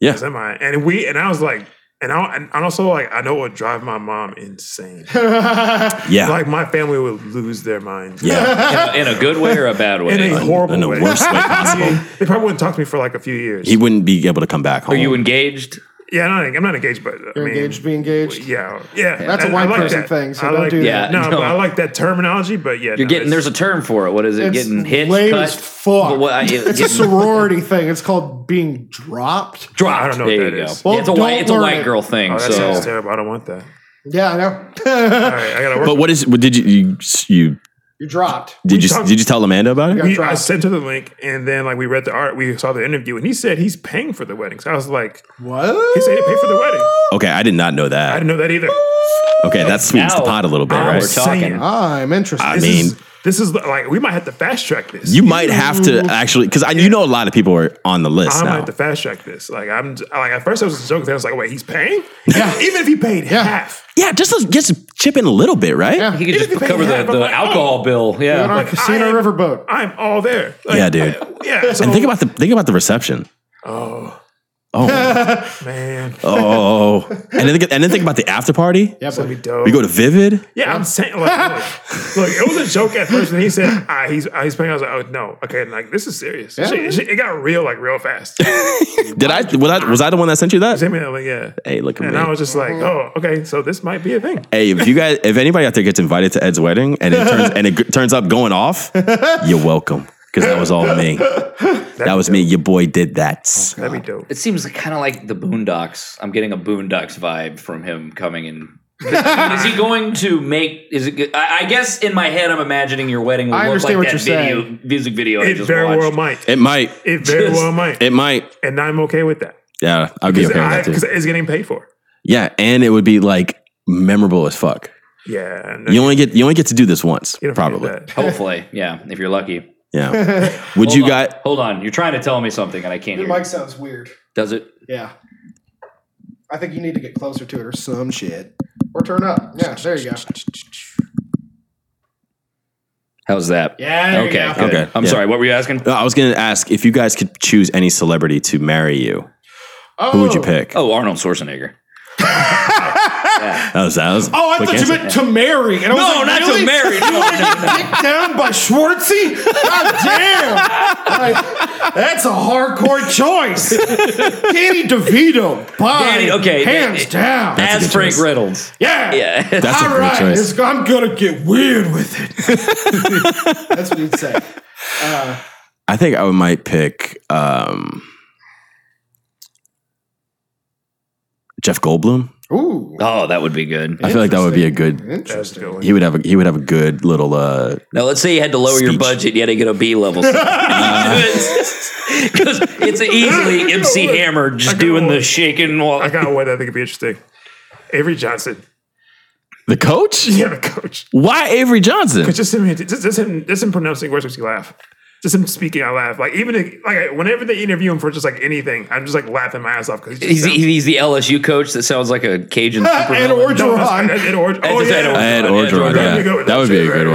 Yeah. Yes, am I? And we and I was like, and I and I also like I know it would drive my mom insane. Yeah. like my family would lose their minds. yeah. In a good way or a bad In a way? horrible In the way. worst way possible. they probably wouldn't talk to me for like a few years. He wouldn't be able to come back home. Are you engaged? yeah, I'm not, I'm not engaged, but I You're mean, engaged, be engaged. Yeah, yeah. That's a I- I white like person that. thing, so I don't like do that. No, Yeah, but no. I like that terminology. But yeah, You're getting there's a term for it. What is it? It's Getting hit, lame cut. as fuck. Well, what- I- It's a sorority thing. It's called being dropped. dropped. I don't know what There that you go. is. Well, Yeah, it's a white. don't It's a learn white it. girl thing. Oh, that sounds so terrible. I don't want that. Yeah, I know. All right, I gotta work. But what is? What did you you, you You're dropped. did you talked- did you tell Amanda about it? we, I tried. sent her the link, and then like we read the art, we saw the interview, and he said he's paying for the wedding. So I was like, What? he said he paid for the wedding. Okay, I did not know I that. didn't know that either. Okay, that sweetens the Ow. pot a little bit, Ow. right? We're talking. I'm interested. I This mean, is- this is like we might have to fast track this. you might have to actually because I you know a lot of people are on the list I might now. have to fast track this. Like I'm like at first I was joking. Then I was like, wait, he's paying? Yeah. Even if he paid Yeah. half, yeah, just to- just to chip in a little bit, right? Yeah. he could just Even if they cover the, have, I'm the like, "Oh." alcohol bill. You're on Yeah. a casino I- riverboat. I'm all there. Like, Yeah, dude. yeah. So, And think about the think about the reception. oh Oh, man, oh, and then think, and then think about the after party. Yeah, that'd but be dope. We go to Vivid. Yeah, I'm saying like, look, look, it was a joke at first, and he said, ah, "He's ah, he's playing." I was like, "Oh no, okay, like this is serious." Yeah. Shit, shit, it got real like real fast. Did I was I was I the one that sent you that? Send me that link, yeah. Hey, look at And I me. was just like, "Oh, okay, so this might be a thing." Hey, if you guys, if anybody out there gets invited to Ed's wedding and it turns and it g- turns up going off, you're welcome because that was all me. That was me. Your boy did that. That'd be dope. It seems kind of like the Boondocks. I'm getting a Boondocks vibe from him coming in. is he going to make? Is it? good- I, I guess in my head, I'm imagining your wedding will I look like understand what that you're video, saying. music video. I It just very watched. well might. It might. It very Just- well might, It might. and I'm okay with that Yeah, I'd be okay with that because too. it's getting paid for. Yeah, and it would be like memorable as fuck. Yeah, no, You only get you only get to do this once, you don't forget probably. that. Hopefully, yeah. If you're lucky. Yeah. Would you Hold on, guys? Hold on, you're trying to tell me something, and I can't your hear. mic you. sounds weird. Does it? Yeah. I think you need to get closer to it or some shit. Or turn up. Yeah, there you go. How's that? Yeah, there you Okay. go. good. Okay, I'm yeah. sorry. What were you asking? No, I was gonna ask if you guys could choose any celebrity to marry you. Oh, Who would you pick? Oh, Arnold Schwarzenegger. that was that was. Oh, I quick thought you answer. meant to marry. And I was No, like, not really? to marry. No, no, no. Kicked down by Schwartzy? God damn! Like, that's a hardcore choice. Danny DeVito, by Danny- okay, hands that- down. a As good Frank choice. Reynolds. yeah, Yeah. That's a All great right, choice. it's- I'm gonna get weird with it. that's what he'd say. I think I would- might pick um, Jeff Goldblum. Ooh, Oh, that would be good. I feel like that would be a good. That's a interesting. good one. He would have a he would have a good little. Uh, Now, let's say you had to lower your Speech. budget, you had to get a B level. Because it's easily MC Hammer just doing the shaking. While, I got a way that I think it'd be interesting. Avery Johnson, the coach? yeah, the coach. Why Avery Johnson? It's just him, just, just him, just him pronouncing words makes you laugh. Just him speaking, I laugh. Like even if, like whenever they interview him for just like anything, I'm just like laughing my ass off because he's, he's the LSU coach that sounds like a Cajun And supervillain. Orgeron. Ed Orge. Ed- Oh Ed yeah, Orgeron. Ed Orgeron. Yeah, you go Yeah, that with that would be a shit, good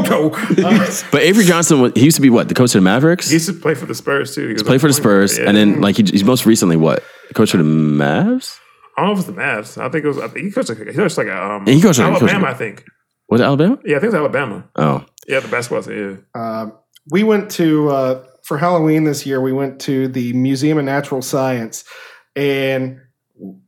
one. right? Uh, But Avery Johnson, was- he used to be what the coach of the Mavericks. he used to play for the Spurs too. He was Play like for the point guard, Spurs, yeah. and then like he, he's most recently what coach of the Mavs? I don't know if it was the Mavs. I think it was. I think he coached like he coached like um. he coached- he coached- Alabama. I think. Was it Alabama? Yeah, I think it was Alabama. Oh, Yeah, the basketball. team, Yeah. Um, we went to uh, for Halloween this year. We went to the Museum of Natural Science, and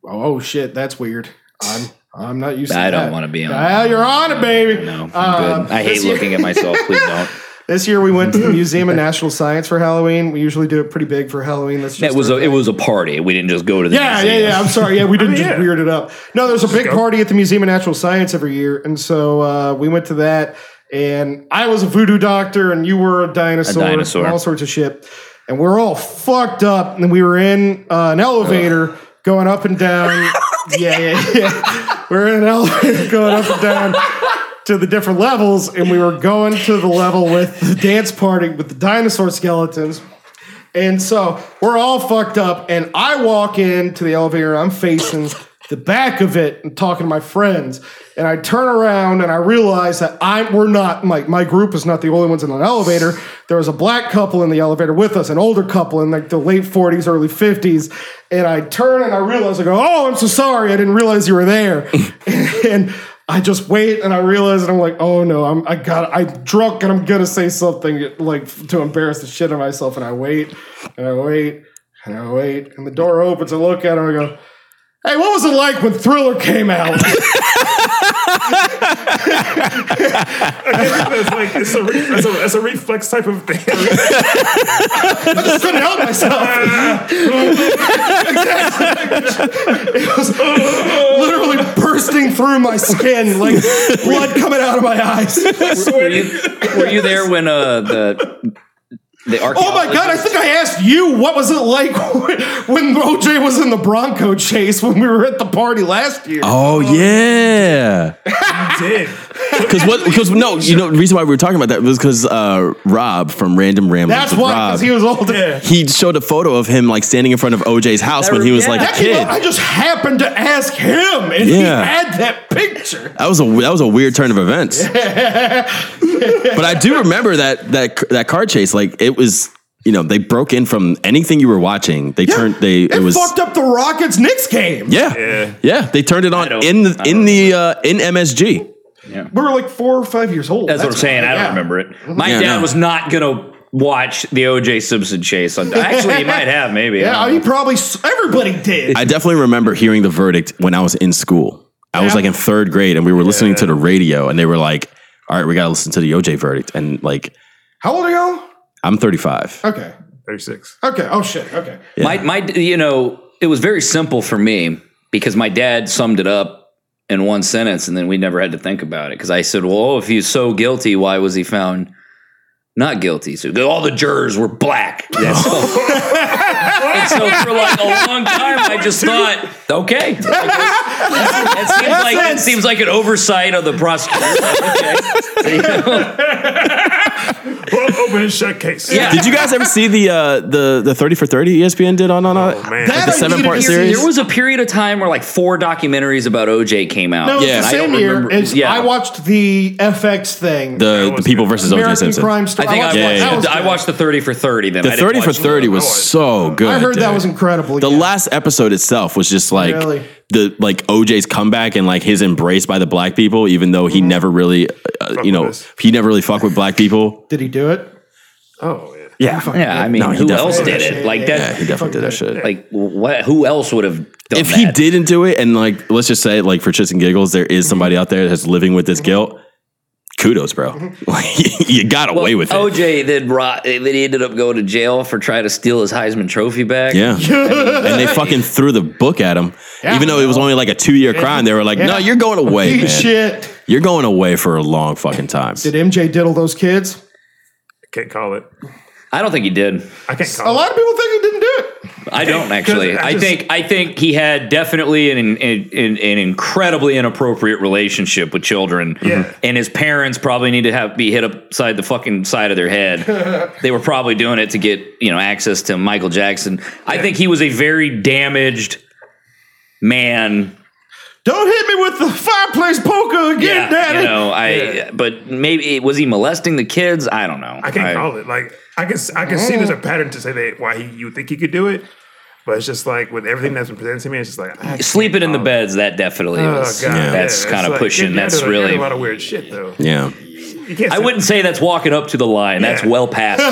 oh shit, that's weird. I'm I'm not used to I that. don't wanna be on- Ah, you're on it, baby. No, I'm Uh, good. I hate this year- looking at myself. Please don't. This year we went to the Museum of National Science for Halloween. We usually do it pretty big for Halloween. That's just That was our a, it thing. was a party. We didn't just go to the Yeah, yeah, museum. yeah. I'm sorry. Yeah, we didn't mean, just yeah. weird it up. No, there's a big party at the Museum of Natural Science every year, and so uh, we went to that. And I was a voodoo doctor, and you were a dinosaur, dinosaur. and all sorts of shit. And we're all fucked up, and we were in uh, an elevator going up and down. yeah, yeah, yeah. we're in an elevator going up and down to the different levels, and we were going to the level with the dance party with the dinosaur skeletons. And so we're all fucked up, and I walk into the elevator. I'm facing the back of it and talking to my friends, and I turn around and I realize that I we're not my my group is not the only ones in an elevator. There was a black couple in the elevator with us, an older couple in like the late 40s, early 50s, and I turn and I realize I go, oh, I'm so sorry, I didn't realize you were there, and. I just wait and I realize and I'm like, oh no, I'm I got I'm drunk and I'm gonna say something like to embarrass the shit out of myself and I wait and I wait and I wait and the door opens. I look at her and I go, hey, what was it like when Thriller came out? That's like it's a, re- that's a, that's a reflex type of thing. I just couldn't help myself. Exactly. It was literally bursting through my skin, like blood coming out of my eyes. Were you, were you there when uh, the the Oh my god! I think I asked you what was it like when OJ was in the Bronco chase when we were at the party last year. Oh yeah. Did Because what? Because no, you know, the reason why we were talking about that was because uh, Rob from Random Ramblings. That's with why, Rob, because he was older. he showed a photo of him like standing in front of OJ's house when he was like a That came kid. up- I just happened to ask him, and he Yeah. had that picture. That was a that was a weird turn of events. but I do remember that that that car chase. Like it was, you know, they broke in from anything you were watching. They turned they it, it was fucked up the Rockets Knicks game. yeah, yeah They turned it on don't- in the in the uh, in MSG. We were like four or five years old. That's, what I'm saying. I don't yeah. remember it. My Yeah, dad no. was not gonna watch the O.J. Simpson chase. On, actually, he might have. Maybe. Yeah, I I don't mean, probably s- everybody did. I definitely remember hearing the verdict when I was in school. I was Yeah. like in third grade, and we were listening to the radio, and they were like, "All right, we gotta listen to the OJ verdict." And like, How old are y'all? I'm 35. Okay. 36. Okay. Oh, shit. Okay. know. my my you know it was very simple for me because my dad summed it up in one sentence, and then we never had to think about it because I said, "Well, oh, if he's so guilty, why was he found?" Not guilty. So all the jurors were black. That's all. and so for like a long time, I just thought, okay, I guess- that seems like that seems like an oversight of the prosecutor. Okay. Well, open and shut case. Yeah. Did you guys ever see the uh, the the 30 for E 30 ESPN did on on on Oh, man. the I seven needed part to see. series? There was a period of time where like four documentaries about OJ came out. No, Yeah. it's I the don't same year. remember- As yeah. I watched the FX thing. the the people versus OJ American Simpson. Crime Story. I think I watched, Yeah, yeah, that yeah. was I good. watched the 30 for 30 then. The I didn't 30 for watch- 30 was so good. I heard that uh, dude. was incredible. The yeah. last episode itself was just like Really? the like OJ's comeback and like his embrace by the black people, even though he never really, uh, you know, with us. he never really fucked with black people. Did he do it? Oh, yeah. Yeah, Yeah, I mean, No, he who definitely else did did that it? Like yeah, that. he definitely did that shit. Like what? Who else would have done if he that? didn't do it, and like let's just say, like for chits and giggles, there is somebody out there that's living with this guilt. Kudos, bro. Like, you got away with it. OJ then rot, then he ended up going to jail for trying to steal his Heisman Trophy back. Yeah. and they fucking threw the book at him. Even though it was only like a two year crime, they were like, no, you're going away, Eat man. shit. You're going away for a long fucking time. Did MJ diddle those kids? Can't call it. I don't think he did. I can't A call lot of people think he didn't do it. I don't actually. I I, just- think I think he had definitely an an, an an incredibly inappropriate relationship with children. Yeah. And his parents probably need to have be hit upside the fucking side of their head. they were probably doing it to get, you know, access to Michael Jackson. I think he was a very damaged man. Don't hit me with the fireplace poker again, Daddy. you know, I but maybe was he molesting the kids? I don't know. I can't call it. Like I can, I can see there's a pattern to say that why he, you would think he could do it, but it's just like with everything that's been presented to me, it's just like I, Sleeping in the beds, that definitely oh, was. God, yeah, That's it's kind of like, pushing. you're That's doing a- you're doing really a lot of weird shit though. yeah. You can't. I say- wouldn't say that's walking up to the line. That's Yeah. well past. it.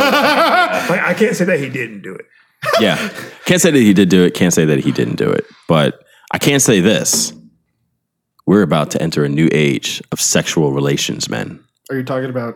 Like, I can't say that he didn't do it. Yeah. Can't say that he did do it. Can't say that he didn't do it. But I can say this. We're about to enter a new age of sexual relations, men. Are you talking about?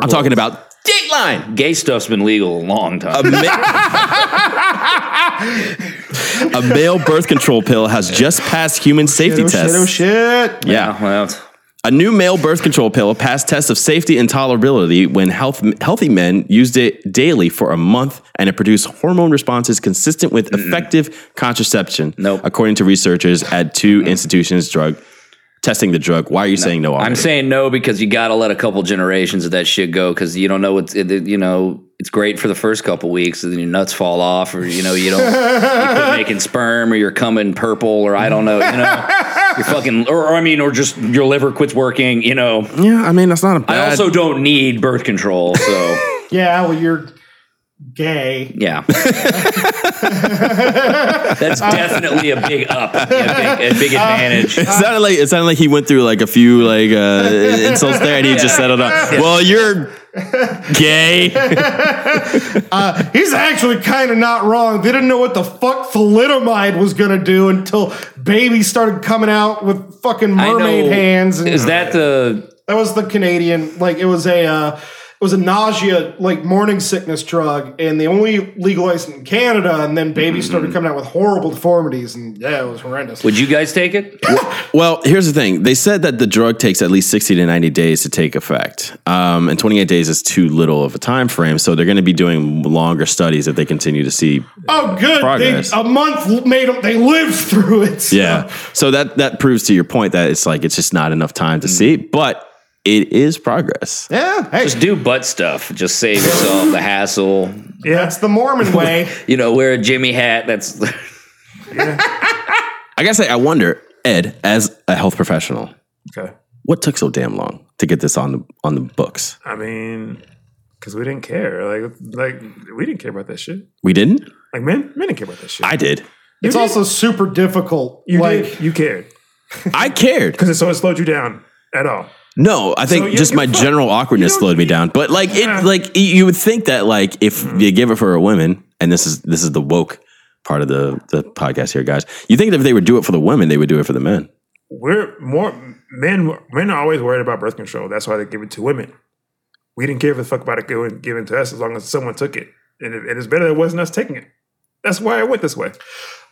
I'm talking about Dateline. Gay stuff's been legal a long time. A, ma- a male birth control pill has just passed human safety Oh shit! tests. Oh shit! Yeah. well, it's- A new male birth control pill passed tests of safety and tolerability when health, healthy men used it daily for a month and it produced hormone responses consistent with effective contraception. Nope. According to researchers at two institutions drug testing the drug. Why are you saying no already? I'm saying no because you got to let a couple generations of that shit go because you don't know what's it, it- you know it's great for the first couple weeks and then your nuts fall off or you know you don't you quit making sperm or you're coming purple or I don't know you know you're fucking or, or I mean or just your liver quits working you know Yeah, I mean that's not a I bad also don't need birth control so Yeah, well, you're gay. yeah that's definitely a big up a big, Uh, a big advantage. It sounded like it sounded like he went through like a few like uh, insults there, and he just settled on. Well, you're gay. He's actually kind of not wrong. They didn't know what the fuck thalidomide was gonna do until babies started coming out with fucking I know- mermaid hands. And Is that the that was the Canadian? Like it was a uh, it was a nausea like morning sickness drug, and they only legalized it in Canada. And then babies Mm-hmm. started coming out with horrible deformities, and yeah, it was horrendous. would you guys take it? Well, here's the thing. They said that the drug takes at least sixty to ninety days to take effect, um, and twenty eight days is too little of a time frame. So they're going to be doing longer studies if they continue to see. oh, good. They, Progress. a month made them. They lived through it. so- Yeah. So that that proves to your point that it's like it's just not enough time to see, but it is progress. Yeah. Hey, Just do butt stuff. Just save yourself the hassle. that's the Mormon way. You know, wear a Jimmy hat. That's I gotta say, I wonder, Ed, as a health professional, Okay. what took so damn long to get this on the on the books? I mean, because we didn't care. Like, like we didn't care about that shit. We didn't. Like men, men didn't care about that shit. I did. It's also super difficult. you like did. You cared I cared. because so it slowed you down at all. No, I think So you- just my you're fine. general awkwardness You don't slowed me need- down. But like it, like y- you would think that like if you give it for a women, and this is this is the woke part of the the podcast here, guys. You think that if they would do it for the women, they would do it for the men. We're more men. Men are always worried about birth control. That's why they give it to women. We didn't care if the fuck about it going given to us as long as someone took it, and, it, and it's better that it wasn't us taking it. That's why I went this way.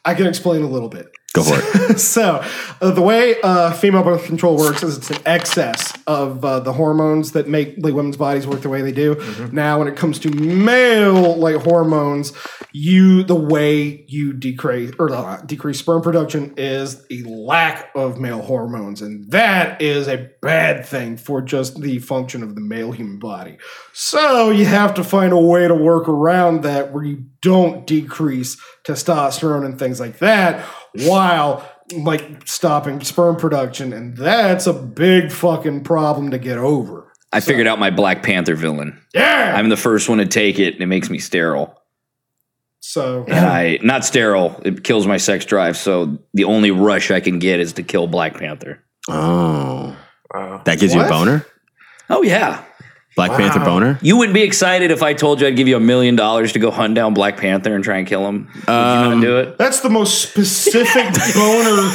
I can explain a little bit. Go for it. So, uh, the way uh, female birth control works is it's an excess of uh, the hormones that make like women's bodies work the way they do. Now, when it comes to male like hormones, you the way you decrease or uh, decrease sperm production is a lack of male hormones, and that is a bad thing for just the function of the male human body. So you have to find a way to work around that where you don't decrease testosterone and things like that while like stopping sperm production and that's a big fucking problem to get over. I figured out my Black Panther villain. Yeah. I'm the first one to take it, and it makes me sterile. So And I not sterile. It kills my sex drive. So the only rush I can get is to kill Black Panther. Oh, Wow. that gives you a What? boner, Oh yeah. Black Panther boner. You wouldn't be excited if I told you I'd give you a million dollars to go hunt down Black Panther and try and kill him. Would you Um, want to do it? that's the most specific boner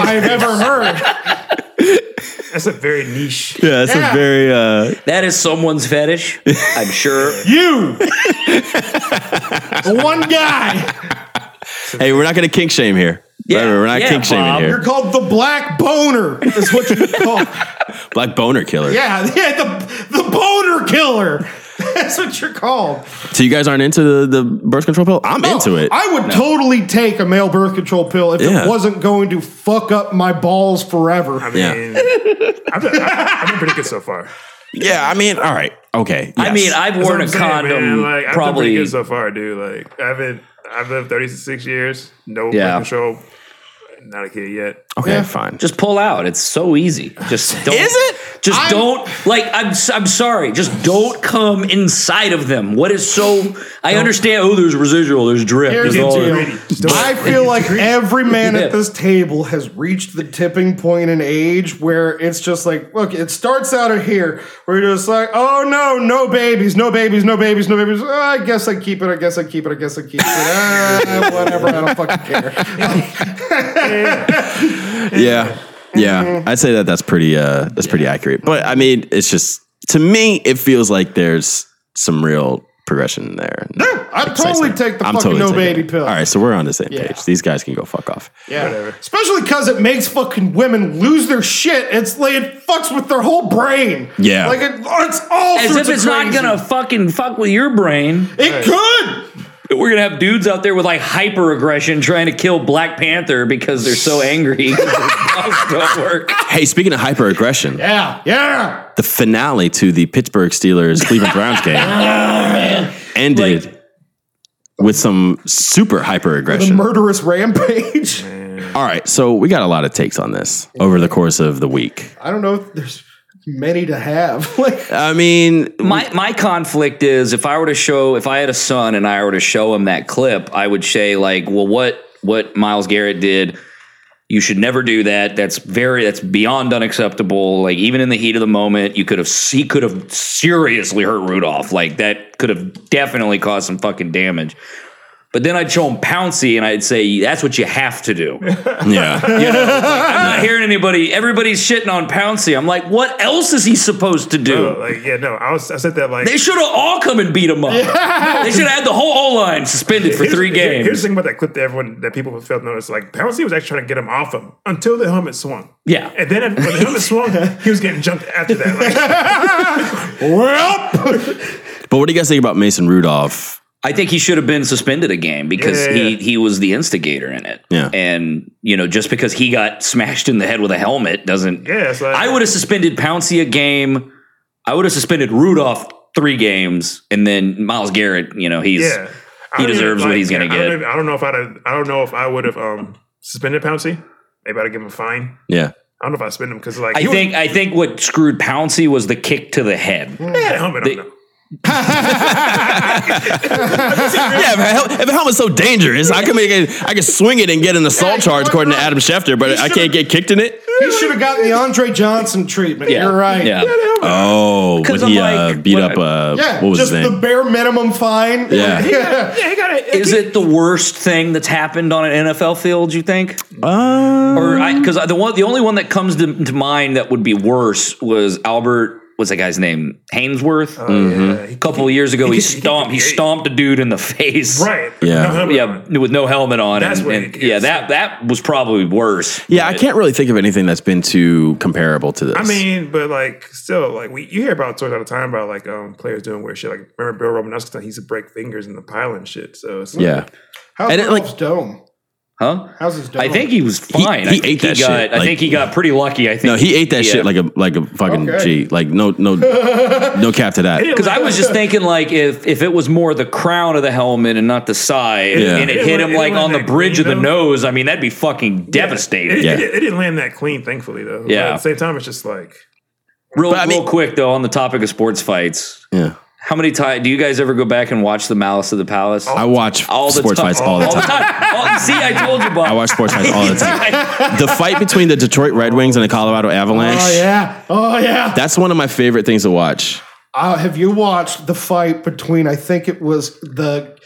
I've ever heard. That's a very niche. Yeah, that's a very. uh That is someone's fetish. I'm sure. You the one guy. Hey, we're not gonna kink shame here. Yeah, Remember, we're not yeah, kink shaming Bob. here. You're called the black boner is what you call. Black boner killer. Yeah, yeah, the the boner killer. That's what you're called. So you guys aren't into the, the birth control pill? I'm into it. I would totally take a male birth control pill if Yeah. it wasn't going to fuck up my balls forever. I mean, Yeah. I've, been, I've, I've been pretty good so far. yeah, I mean, all right, okay. I mean, I've That's worn a what I'm saying, condom man. Like, I've Been pretty probably good so far, dude. Like I've been, I've lived 36 years, no Yeah. birth control, not a kid yet. Okay, fine. Just pull out. It's so easy. Just don't. Is it? Just I'm- don't. Like I'm. s- I'm sorry. Just don't come inside of them. What is so? I understand. Oh, there's residual. There's drip. There's Here's the all deal. I feel like every man Yeah. at this table has reached the tipping point in age where it's just like, look, it starts out of here where you're just like, oh no, no babies, no babies, no babies, no babies. Oh, I guess I keep it. I guess I keep it. I guess I keep it. Ah, whatever. I don't fucking care. Yeah, yeah. I'd say that that's pretty. Uh, that's pretty accurate. But I mean, it's just to me, it feels like there's some real progression there. I'd totally take the I'm fucking totally no taking baby it. pill. All right, so we're on the same page. These guys can go fuck off. Yeah. Especially because it makes fucking women lose their shit. It's like it fucks with their whole brain. Yeah. Like it, it's all As if sorts of it's not crazy. gonna fucking fuck with your brain. It could. We're gonna have dudes out there with like hyper aggression trying to kill Black Panther because they're so angry. 'cause their buffs don't work. Hey, speaking of hyperaggression, Yeah. Yeah. the finale to the Pittsburgh Steelers Cleveland Browns Oh, game ended Like- with some super The hyperaggression. murderous rampage. All right, so we got a lot of takes on this over the course of the week. I don't know if there's many to have. Like I mean, My my conflict is if I were to show if I had a son and I were to show him that clip, I would say like, well, what what Miles Garrett did, you should never do that. That's very that's beyond unacceptable. Like even in the heat of the moment, you could have he could have seriously hurt Rudolph. Like that could have definitely caused some fucking damage. But then I'd show him Pouncy and I'd say that's what you have to do. yeah, You know, like, I'm not hearing anybody. Everybody's shitting on Pouncy. I'm like, what else is he supposed to do? Oh, like yeah, no, I was I said that like They should have all come and beat him up. They should have had the whole O line suspended for Here's- three here- games. Here's the thing about that clip that everyone that people felt noticed. Like Pouncey was actually trying to get him off him until the helmet swung. Yeah. and then when the helmet swung, he was getting jumped after that. Like, but what do you guys think about Mason Rudolph? I think he should have been suspended a game because Yeah, yeah, he yeah. he was the instigator in it. Yeah. And you know, just because he got smashed in the head with a helmet doesn't yeah, it's like, I would have suspended Pouncey a game. I would have suspended Rudolph three games and then Miles Garrett, you know, he's Yeah, I he don't deserves what he's yeah, gonna I don't get. even- I don't know if I'd. have- I don't know if I would have um, suspended Pouncey. Maybe I'd have given him a fine. Yeah, I don't know if I suspended him because like I he was- think I think what screwed Pouncey was the kick to the head. he had a helmet they- on. though. yeah. If a, hel- if a helmet's so dangerous, I can make it. I can swing it and get an assault charge, according to Adam Schefter, but I can't get kicked in it. he should have gotten the Andre Johnson treatment. You're right. Yeah. Oh, when 'Cause I'm he like, uh, beat when- up uh, Yeah, what was just his name? the bare minimum fine. Yeah. Yeah, he got it. Is it the worst thing that's happened on an NFL field? You think? Uh, or Mm. because the one, the only one that comes to, to mind that would be worse was Albert. What's that guy's name? Hainsworth. Oh, A couple of years ago, he stomped. He stomped a dude in the face. Right. Yeah. No helmet Yeah, on. with no helmet on. That's and, what and- it yeah, is. that that was probably worse. yeah, I can't really think of anything that's been too comparable to this. I mean, but like, still, like, we you hear about stories all the time about like um players doing weird shit. Like, remember Bill Romanowski? He's to break fingers in the pile and shit. So it's like, yeah, How's And and it, like- dome? Huh? How's his dome? I think he was fine. he I think ate that got, shit, I like- think he got pretty lucky. I think. no, he ate that Yeah. shit like a like a fucking Okay. G. Like no no no cap to that. Because I was just thinking, like, if if it was more the crown of the helmet and not the side, Yeah. and it, It hit wa- him it like wasn't on the that bridge clean, of the though. nose, I mean, that'd be fucking It, devastating. Yeah. It, it didn't land that clean, thankfully, though. But Yeah. At the same time, it's just like, Real, But I mean- real quick though, on the topic of sports fights, Yeah, how many times do you guys ever go back and watch the Malice of the Palace? I watch All the sports time. fights all the time. Oh, see, I told you, Bob. I watch sports fights all the time. The fight between the Detroit Red Wings and the Colorado Avalanche. Oh yeah. Oh yeah. That's one of my favorite things to watch. Uh, have you watched the fight between I think it was the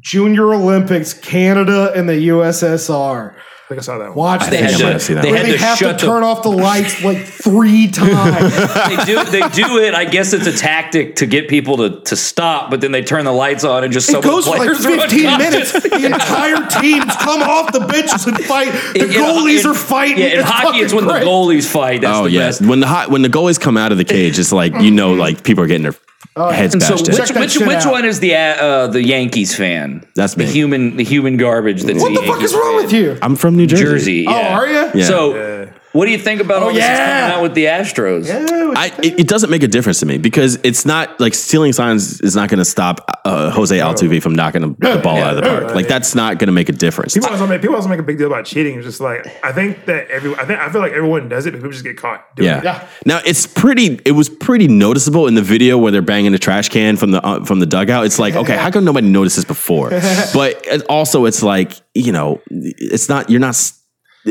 Junior Olympics Canada and the USSR? I think I saw that one. Watch I they that. think had to, shit. I might have seen that they one. had Where to they have to shut turn the, off the lights like three times. they do they do it. I guess it's a tactic to get people to, to stop, but then they turn the lights on and just It some goes for like players run 15 unconscious. minutes. The entire teams come off the benches and fight. The In- in- goalies in- are fighting. Yeah, in hockey, fucking it's when great. the goalies fight. That's oh the yeah, best. when the hot when the goalies come out of the cage, it's like you know, like people are getting their heads Mm-hmm. Oh, And so, bashed in. which Check that which, shit which out. one is the uh, uh, the Yankees fan? That's the me. human the human garbage. That's What the fuck Yankees is wrong fan. with you? I'm from New Jersey. Jersey. Oh, yeah. are you? Yeah. So Yeah. What do you think about all this that's yeah. coming out with the Astros? I, it, it doesn't make a difference to me because it's not like stealing signs is not going to stop uh, Jose Altuve from knocking the, the ball out of the park. Like that's not going to make a difference. People also, make, people also make a big deal about cheating. It's just like I think that every I think I feel like everyone does it, but people just get caught. Doing Yeah. it. Now it's pretty. It was pretty noticeable in the video where they're banging the trash can from the uh, from the dugout. It's like, okay, how come nobody noticed this before? But it, also, it's like you know, it's not. You're not. s-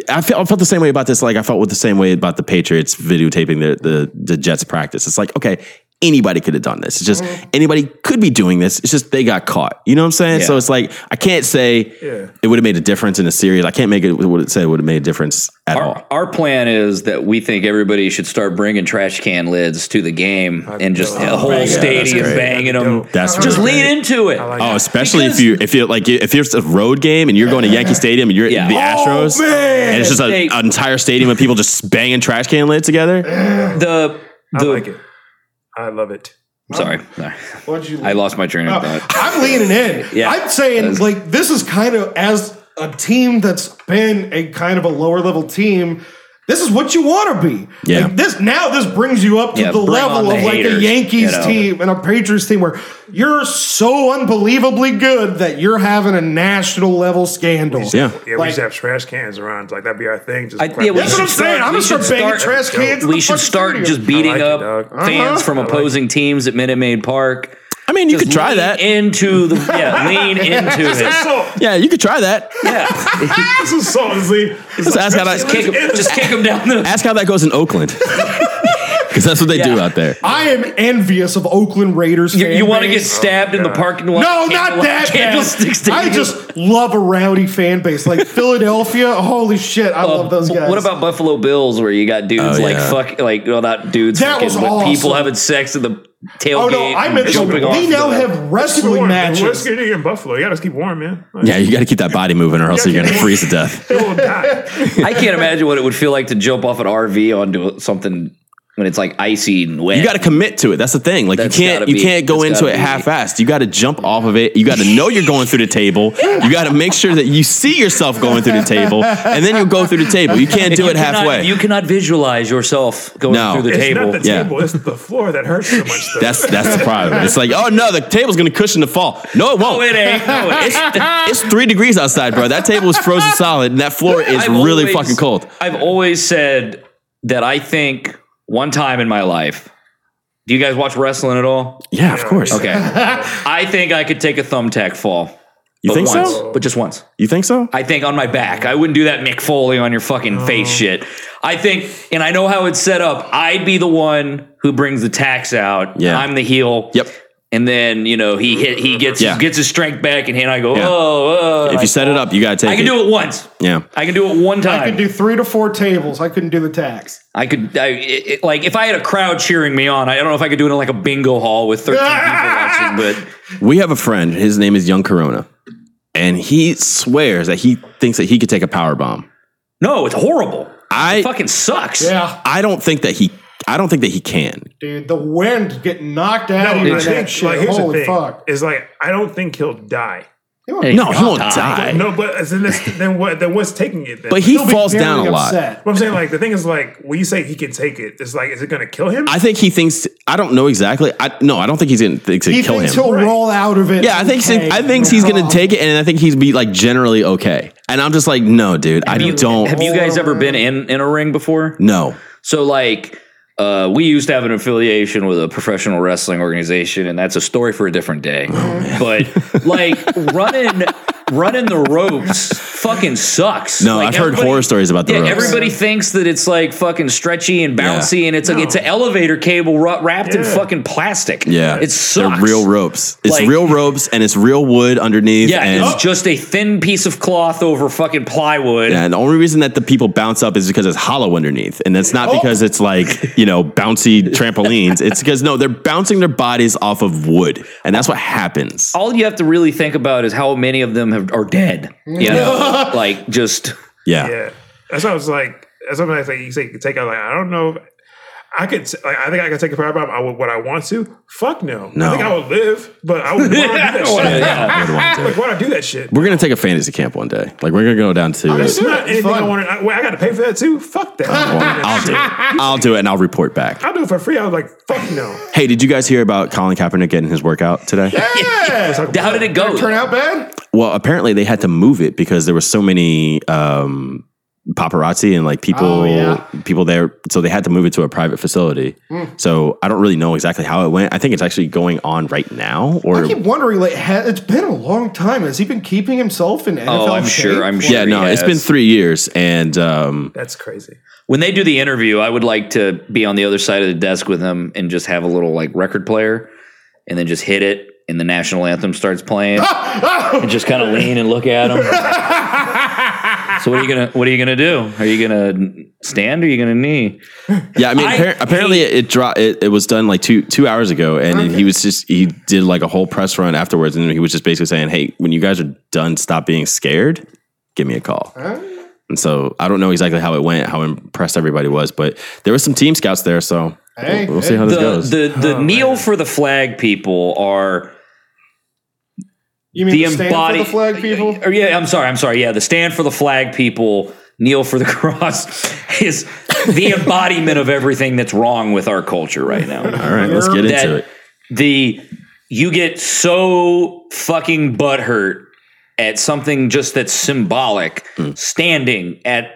I felt, I felt the same way about this. Like I felt with the same way about the Patriots videotaping the the, the Jets practice. It's like okay. Anybody could have done this. It's just Mm-hmm. anybody could be doing this. It's just they got caught. You know what I'm saying? So Yeah. it's like I can't say it would have made a difference in a series. I can't make it would it say it would have made a difference at all. Our, our plan is that we think everybody should start bringing trash can lids to the game and just a whole Yeah, that's stadium great. banging them. That's just really lean into it. like Oh, that. especially if you if you like if you're a road game and you're going to Yankee Stadium and you're Yeah. the Oh, Astros and it's just a, They- an entire stadium of people just banging trash can lids together. the I the like it. I love it. sorry, sorry. What'd you I lost my train Oh. of thought. I'm leaning in. Yeah. I'm saying like this is kind of as a team that's been a kind of a lower level team. This is what you want to be. Yeah. Like, this now this brings you up to Yeah, the bring on level the of like haters, a Yankees you know. team and a Patriots team where you're so unbelievably good that you're having a national level scandal. Yeah. Yeah, we Like- just have trash cans around. Like that'd be our thing. Just I- crack yeah, we down. That's what I'm should saying. start- I'm we gonna start should banging start- trash cans. in we the should fucking start stadium. just beating like it, up dog. Uh-huh. fans from I like opposing teams at Minute Maid Park. I mean, you Just could try lean that. into the yeah, lean into it. Assault. Yeah, you could try that. Yeah, That's assault. Z. Let's ask how that kick 'em- just kick them down the. ask how that goes in Oakland because that's what they do Yeah. out there. I am envious of Oakland Raiders. You, fan you want to get base. stabbed in the parking lot? No, Candle- not that. Candlesticks. bad. I just love a rowdy fan base like Philadelphia. Holy shit, I Uh, love those guys. What about Buffalo Bills, where you got dudes Oh, like yeah. fuck, like well, not dudes, That fucking, was but people awesome. having sex in the tailgate. Oh no, I and meant so jumping off we the- now have wrestling What's matches. good in Buffalo? You gotta keep warm, man. Like, Yeah, you got to keep that body moving or else you're going to freeze to death. They will die. I can't imagine what it would feel like to jump off an RV onto something when it's like icy and wet. You got to commit to it. That's the thing. Like That's you can't gotta you be- can't go that's into gotta it be- half-assed. You got to jump off of it. You got to know you're going through the table. You got to make sure that you see yourself going through the table, and then you go through the table. You can't do You it cannot- halfway. You cannot visualize yourself going No. through the It's table. not the Yeah. table. It's the floor that hurts so much. Though. That's that's the problem. It's like, oh no, the table's gonna cushion the fall. No, it won't. No, it ain't. No, it ain't. It's three degrees outside, bro. That table is frozen solid, and that floor is I've really always- fucking cold. I've always said that I think one time in my life. Do you guys watch wrestling at all? Yeah, of course. Okay. I think I could take a thumbtack fall. You But think once, so? But just once. You think so? I think on my back. I wouldn't do that Mick Foley on your fucking Oh. face shit. I think, and I know how it's set up. I'd be the one who brings the tax out. Yeah. I'm the heel. Yep. And then you know he hit. He gets Yeah. gets his strength back, and here I go. Yeah. Oh, oh. If you set it up, you gotta take I can do it once. Yeah. I can do it one time. I could do three to four tables. I couldn't do the tax. I could, I, it, it- like, if I had a crowd cheering me on, I don't know if I could do it in like a bingo hall with 13 people watching, but We have a friend. His name is Young Corona, and he swears that he thinks that he could take a power bomb. no, it's horrible. I It fucking sucks. Yeah, I don't think that he. I don't think that he can. dude, the wind getting knocked out of No, you I with that think, shit. like, here's the Holy thing. fuck! Is like I don't think he'll die. No, he won't die. No, but as in this, then what? Then what's taking it? Then? But he He'll be falls very down a lot. upset. What I'm saying, like the thing is, like when you say he can take it, it's like, is it gonna kill him? I think he thinks. I don't know exactly. I no. I don't think he's gonna think to He kill thinks him. he'll roll out of it. Yeah, I think okay, I think no he's gonna problem. take it, and I think he's be like generally okay. And I'm just like, no, dude, I don't. Have you guys ever been in, in a ring before? no, So, like, uh, we used to have an affiliation with a professional wrestling organization, and that's a story for a different day. but like running, running the ropes fucking sucks. No, Like, I've heard everybody- horror stories about the yeah, ropes. Everybody thinks that it's like fucking stretchy and bouncy, and it's like it's an elevator cable wra- wrapped in Yeah. fucking plastic. yeah, it sucks. They're real ropes. It's Like- real ropes, and it's real wood underneath. Yeah, and, it's just a thin piece of cloth over fucking plywood. yeah, and the only reason that the people bounce up is because it's hollow underneath, and it's not because it's like you know bouncy trampolines. It's because no, they're bouncing their bodies off of wood, and that's what happens. All you have to really think about is how many of them have, are dead. You know, like just Yeah, yeah, that's what I was like. That's what I was like. You say you can take out. Like I don't know. If, I could, t- like, I think I could take a power bomb. I would, would I want to? Fuck no. I think I would live, but I would want to do that shit. Like, why would I do that shit? We're gonna take a fantasy camp one day. Like we're gonna go down to. It's not anything Fun. I want to. I, wait, I got to pay for that too. Fuck that. I don't wanna do that I'll shit. do it. I'll do it, and I'll report back. I'll do it for free. I was like, fuck no. Hey, did you guys hear about Colin Kaepernick getting his workout today? How did it go? Turn out bad? Well, apparently they had to move it because there were so many um, paparazzi and like people Oh, people there, so they had to move it to a private facility. Hmm. So I don't really know exactly how it went. I think it's actually going on right now, or I keep wondering, like, ha- it's been a long time. Has he been keeping himself in NFL Oh, I'm shape? sure. I'm sure. yeah, no, he it's been has. three years, and um, That's crazy. when they do the interview, I would like to be on the other side of the desk with him and just have a little like record player and then just hit it and the national anthem starts playing and just kind of lean and look at him. so what are you gonna what are you gonna do? Are you gonna stand or are you gonna knee? yeah, I mean, I appar- apparently it, it dropped. It, it was done like two two hours ago, and he was just he did like a whole press run afterwards, and he was just basically saying, "Hey, when you guys are done, stop being scared. Give me a call." And so I don't know exactly how it went, how impressed everybody was, but there was some team scouts there, so Hey, we'll, we'll see how this The goes. the, the kneel for the flag people are You mean The the, stand embody- for the flag people? or yeah, I'm sorry, I'm sorry. Yeah, the stand for the flag people, kneel for the cross is the embodiment of everything that's wrong with our culture right now. All right, let's get into it. the you get so fucking butthurt at something just that's symbolic Hmm. standing at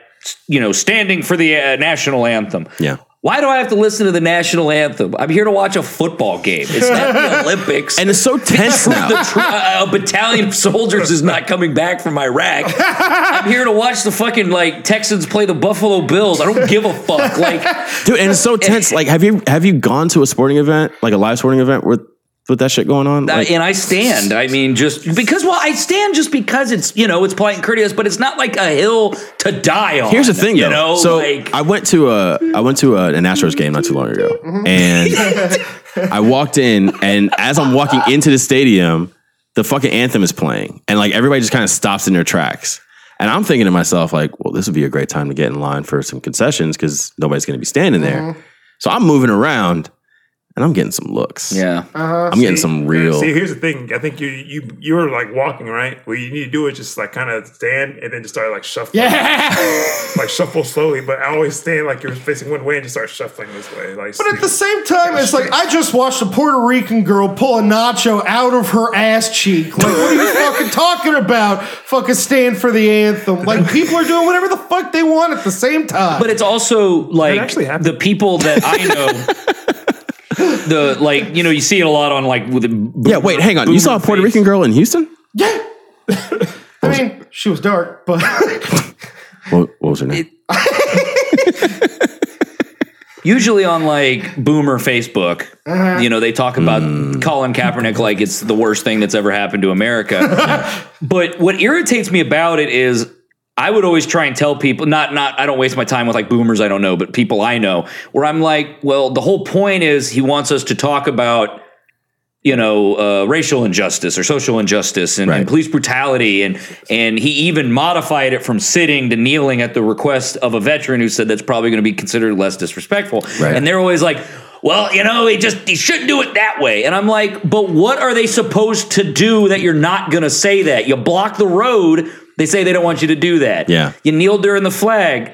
you know standing for the uh, national anthem Yeah. why do i have to listen to the national anthem i'm here to watch a football game it's not the olympics And it's so tense prove now. the tr- uh, a battalion of soldiers is not coming back from Iraq. I'm here to watch the fucking like Texans play the Buffalo Bills. I don't give a fuck. Like Dude, and it's so tense. Like have you have you gone to a sporting event, like a live sporting event with with that shit going on? Like, I- and I stand. I mean, just because. Well, I stand just because it's you know it's polite and courteous, but it's not like a hill to die on. Here's the thing, you though. know. so like, I went to a I went to a, an Astros game not too long ago, and I walked in, and as I'm walking into the stadium, the fucking anthem is playing, and like everybody just kind of stops in their tracks. And I'm thinking to myself, like, well, this would be a great time to get in line for some concessions because nobody's going to be standing there. So I'm moving around, and I'm getting some looks. yeah, I'm getting some real. See, here's the thing. I think you you you were like walking right. What you need to do is just like kind of stand and then just start like shuffling. like shuffle slowly. But I always stand like you're facing one way and just start shuffling this way. Like, But at the same time, it's like I just watched a Puerto Rican girl pull a nacho out of her ass cheek. Like, what are you fucking talking about? Fucking stand for the anthem. Like, people are doing whatever the fuck they want at the same time. but it's also like actually happened. the people that I know. the like you know you see it a lot on like with the bo- yeah, wait, hang on. You saw a Puerto Rican girl in Houston? yeah. I mean, she was dark, but What, what was her name? usually on like boomer Facebook. You know they talk about Colin Kaepernick like it's the worst thing that's ever happened to America. but what irritates me about it is I would always try and tell people not not I don't waste my time with like boomers I don't know, but people I know where I'm like, well, the whole point is he wants us to talk about you know uh, racial injustice or social injustice and, and Right. police brutality and and he even modified it from sitting to kneeling at the request of a veteran who said that's probably going to be considered less disrespectful Right. and they're always like well you know he just he shouldn't do it that way and i'm like but what are they supposed to do that you're not going to say that you block the road they say they don't want you to do that Yeah. you kneel during the flag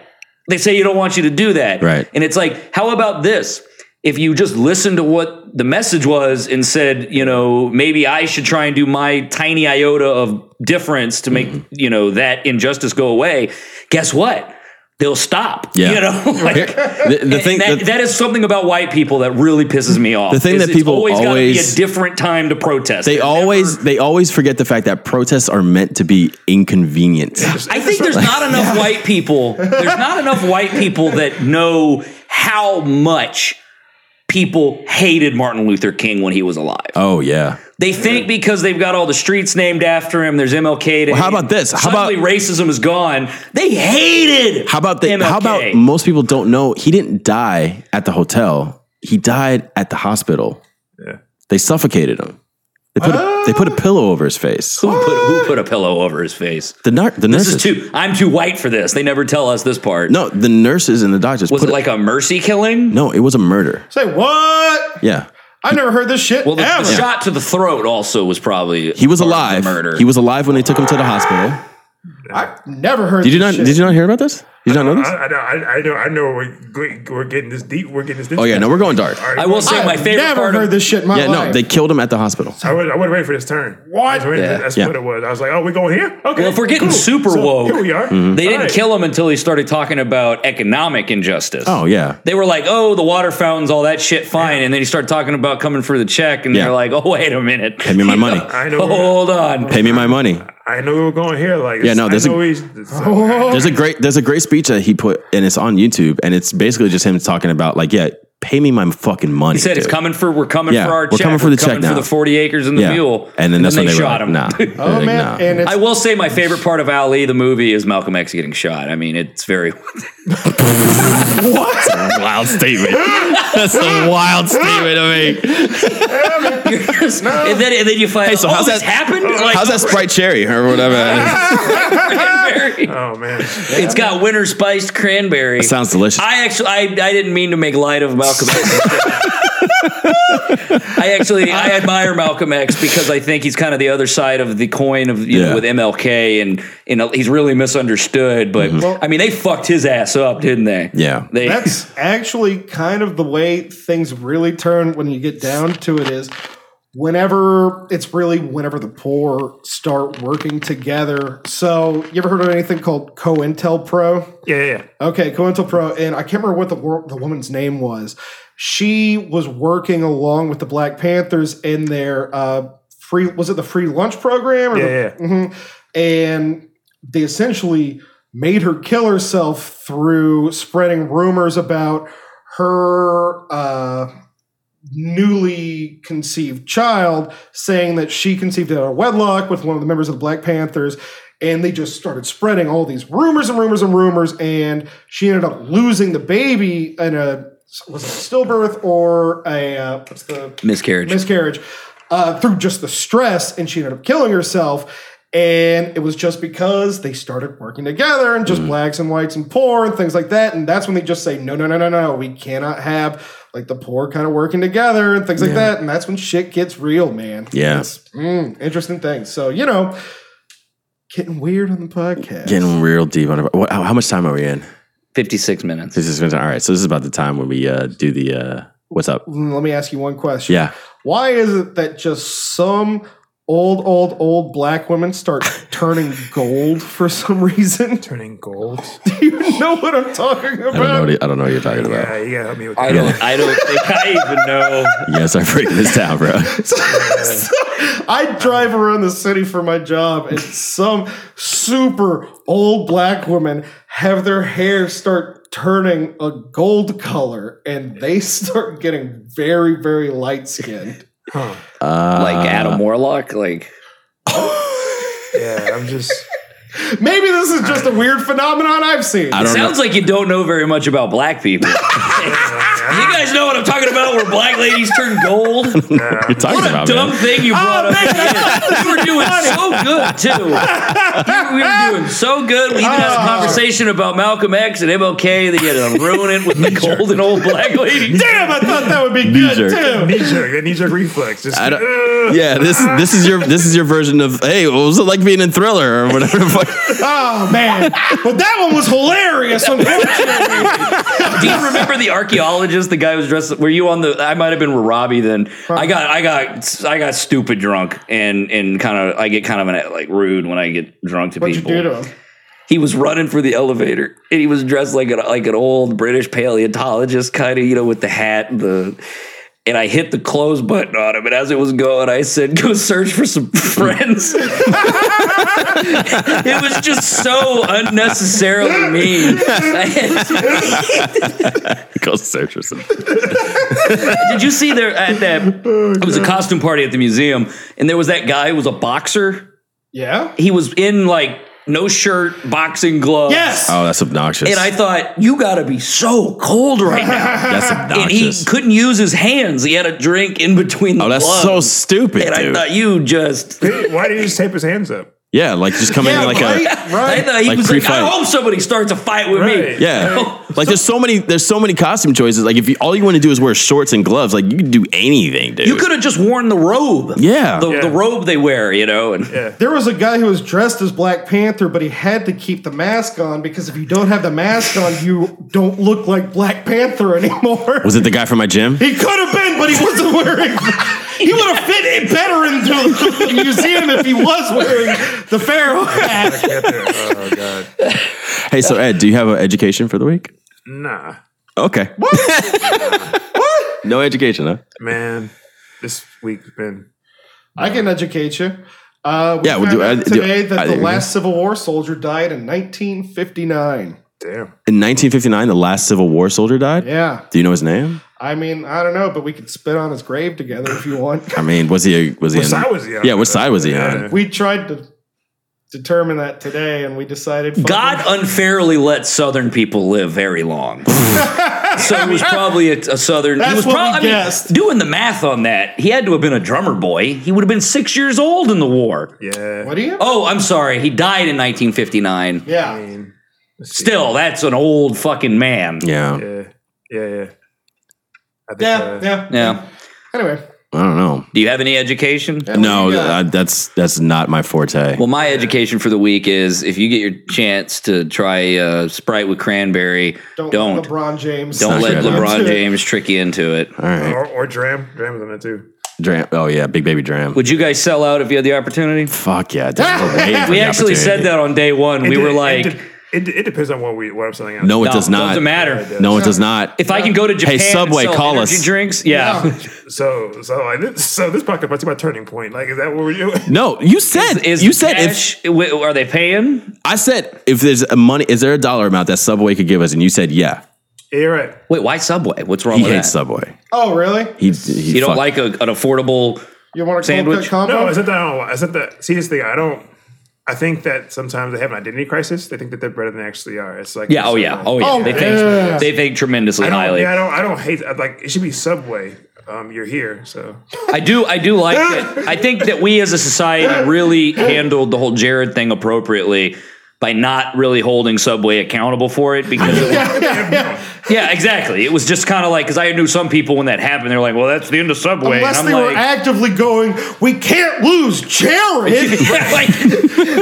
they say you don't want you to do that Right. and it's like, how about this? If you just listened to what the message was and said, you know, maybe I should try and do my tiny iota of difference to make, Mm-hmm. you know, that injustice go away, guess what? They'll stop. Yeah. You know, like, The, the and thing that, the- that is something about white people that really pisses me off. The thing is that it's people gotta always- be a different time to protest. They always they always forget the fact that protests are meant to be inconvenient. I think there's not enough white people. There's not enough white people that know how much people hated Martin Luther King when he was alive. Oh yeah. They think because they've got all the streets named after him, there's MLK. Day. Well, how about this? How Suddenly about- racism is gone? They hated. How about they how about MLK. most people don't know he didn't die at the hotel. He died at the hospital. Yeah. They suffocated him. They put, a, they put a pillow over his face. Who put who put a pillow over his face? The, nar- the This nurses. is too. I'm too white for this. They never tell us this part. No, the nurses and the doctors. was put it like a mercy killing? No, it was a murder. Say what? Yeah. I never heard this shit Well, the, the ever. shot to the throat also was probably He part of was the alive. Murder. He was alive when they took him to the hospital. I never heard. Did you this not Shit. did you not hear about this? Did you not know this? I, I, know- I, I know. I know. We're g- we're getting this deep. We're getting this. Deep Oh yeah, no, we're going dark. All right, I will say my I've favorite Never part. heard of, this shit. In my Yeah, no, life. they killed him at the hospital. I was I wasn't ready for this turn. What? Yeah. That's Yeah. what it was. I was like, oh, we're going here. Okay. well, if we're getting super So, woke, mm-hmm. here we are. They All didn't right. kill him until he started talking about economic injustice. Oh yeah. They were like, oh, the water fountains, all that shit, fine. And then he started talking about coming for the check, and Yeah. they're like, oh, wait a minute. Oh, Pay me my money. I know. Hold on. Pay me my money. I know we were going here. Like, Yeah, no, I there's a- know he's- There's a great there's a great speech that he put and it's on YouTube and it's basically just him talking about like, yeah, pay me my fucking money. He said it's coming for we're coming Yeah, for our we're check. coming for the check now. for the forty acres and the yeah. mule. And then that's when they they, were shot like, him. Nah. They're Oh like, man, nah. and it's I will say my favorite part of Ali the movie is Malcolm X getting shot. I mean, it's very wild statement. That's a wild statement to me. and then and then you find Hey, so oh, how's this that- happened? Like, How's that Sprite Cherry or whatever? that cranberry. oh man, It's got winter spiced cranberry. is? Sounds delicious. I actually, I, I didn't mean to make light of Malcolm X. I actually, I admire Malcolm X because I think he's kind of the other side of the coin of you Yeah. know, with MLK, and you know he's really misunderstood. But Mm-hmm. I mean, they fucked his ass up, didn't they? Yeah. they. That's actually kind of the way things really turn when you get down to it is whenever it's really whenever the poor start working together. So you ever heard of anything called COINTELPRO? yeah, yeah, yeah. Okay, COINTELPRO, and I can't remember what the wor- the woman's name was. She was working along with the Black Panthers in their uh, free was it the free lunch program? Or the- Yeah, yeah. Mhm. and they essentially made her kill herself through spreading rumors about her uh, newly conceived child, saying that she conceived out of wedlock with one of the members of the Black Panthers. And they just started spreading all these rumors and rumors and rumors, and she ended up losing the baby in a was it a stillbirth or a uh, what's the miscarriage. miscarriage uh, through just the stress, and she ended up killing herself. And it was just because they started working together and Mm. just blacks and whites and poor and things like that. And that's when they just say, no, no, no, no, no, we cannot have like the poor kind of working together and things like that. And that's when shit gets real, man. Yeah. It's, mm, interesting thing. So, you know, getting weird on the podcast. Getting real deep on it. What, how, how much time are we in? Fifty six minutes. This is all right. So this is about the time when we uh, do the uh, what's up? Mm, Let me ask you one question. Yeah. Why is it that just some old, old, old black women start turning gold for some reason? Turning gold. you know what I'm talking I don't know. about? What, I don't know what you're talking about. Yeah, you gotta help me with I that. don't. I don't think I even know. Yes, I'm breaking this down, bro. I drive around the city for my job, and some super old black women have their hair start turning a gold color, and they start getting very, very light skinned. Uh, Like Adam Warlock. Like Yeah, I'm just. Maybe this is just a weird phenomenon I've seen. I don't know. sounds like you don't know very much about black people. you guys know what I'm talking about? Where black ladies turn gold. what you're talking about, dumb man. thing you Oh, brought up. you were doing so good too. You, we were doing so good. We even had Oh. a conversation about Malcolm X and MLK. They get to ruin it with the golden old black lady. Damn, I thought that would be Knee good jerk. too. Knee jerk, that knee jerk reflex. Just, I don't, Ugh. yeah, this this is your this is your version of hey, what was it like being in Thriller or whatever? the fuck? Oh man, but that one was hilarious. Unfortunately, Do you remember the archaeologist? The guy who was dressed. Were you on the? I might have been with Robbie then. I got, I got, I got stupid drunk and and kind of. I get kind of an, like rude when I get drunk to what'd you people. do to him? he was running for the elevator and he was dressed like an like an old British paleontologist kind of you know with the hat and the and I hit the close button on him and as it was going I said go search for some friends it was just so unnecessarily mean Go search or something. did you see there at that it was a costume party at the museum and there was that guy who was a boxer Yeah. he was in like no shirt, boxing gloves. Yes. Oh, that's obnoxious. And I thought, you got to be so cold right now. that's and he obnoxious. couldn't use his hands. He had a drink in between the Oh, that's gloves. so stupid, And I dude. thought you just. Why did he just tape his hands up? yeah, like just coming Yeah, in like right? a I thought he Like was like, I pre-fight. hope somebody starts a fight with Right. me. Yeah. Like there's so many there's so many costume choices. Like if you all you want to do is wear shorts and gloves, like you can do anything, dude. You could have just worn the robe. Yeah. The, Yeah. the robe they wear, you know. And There was a guy who was dressed as Black Panther, but he had to keep the mask on because if you don't have the mask on, you don't look like Black Panther anymore. Was it the guy from my gym? He could have been, but he wasn't wearing. He would have fit it better into the museum if he was wearing the Pharaoh hat. oh god. Hey, so Ed, do you have an education for the week? Nah, Okay. What? No education, huh? man. This week's been I can educate you. Uh, we Yeah, yeah, we we do- I- do- today that I- the last Civil War soldier died in 1959. damn. In 1959, the last Civil War soldier died. Yeah, Do you know his name? I mean, I don't know, but we could spit on his grave together if you want. I mean, was he? A, was he? What on- side was he on? Yeah, what side was he Yeah. on? We tried to determine that today, and we decided fuck God it. unfairly let Southern people live very long. so it was probably a, a Southern. he That's was what prob- we I mean, guessed. doing the math on that, he had to have been a drummer boy. He would have been six years old in the war. Yeah. What do you? Oh, I'm sorry. He died in 1959. I yeah, mean, let's see. Still, that's an old fucking man. Yeah, Yeah. Yeah. Yeah. I think, yeah, uh, yeah, Yeah. Anyway, I don't know. Do you have any education? No, we got- I, that's that's not my forte. Well, my education for the week is if you get your chance to try uh, Sprite with cranberry, don't, don't don't, LeBron James. not let good. LeBron James trick you into it. All right, Or, or Dram. Dram was on that too. Dram. Oh yeah, Big Baby Dram. Would you guys sell out if you had the opportunity? Fuck yeah, dude, we're waiting for We actually the opportunity. said that on day one. we It- were it- like, it, it, it depends on what we what I'm selling out. No, it "No, does not. Doesn't matter. No, it does not. If I can go to Japan, Subway, and sell call energy us. drinks. Yeah, So so like this, so this podcast must be my turning point. Like is that what we're doing? No, you said is you said if cash, w- are they paying? I said if there's a money, is there a dollar amount that Subway could give us? And you said yeah. Yeah, You're right. Wait, why Subway? What's wrong He with hates that? Subway. Oh, really? He, he You don't fuck- like a, an affordable? You want a cold Sandwich? cut combo? No, it's not that I don't want. It's not that. See, this thing, I don't. I think that sometimes they have an identity crisis. They think that they're better than they actually are. It's like Yeah. Oh yeah. Oh yeah. Oh, they think yeah. they think tremendously I don't, highly. yeah, I don't. I don't hate. I, like it should be Subway. Um, you're here, so I do. I do like it. I think that we as a society really handled the whole Jared thing appropriately by not really holding Subway accountable for it because. it was- yeah, exactly. It was just kind of like because I knew some people when that happened, they're like, "Well, that's the end of Subway." and Unless I'm they like, were actively going, we can't lose Jared. Yeah, like,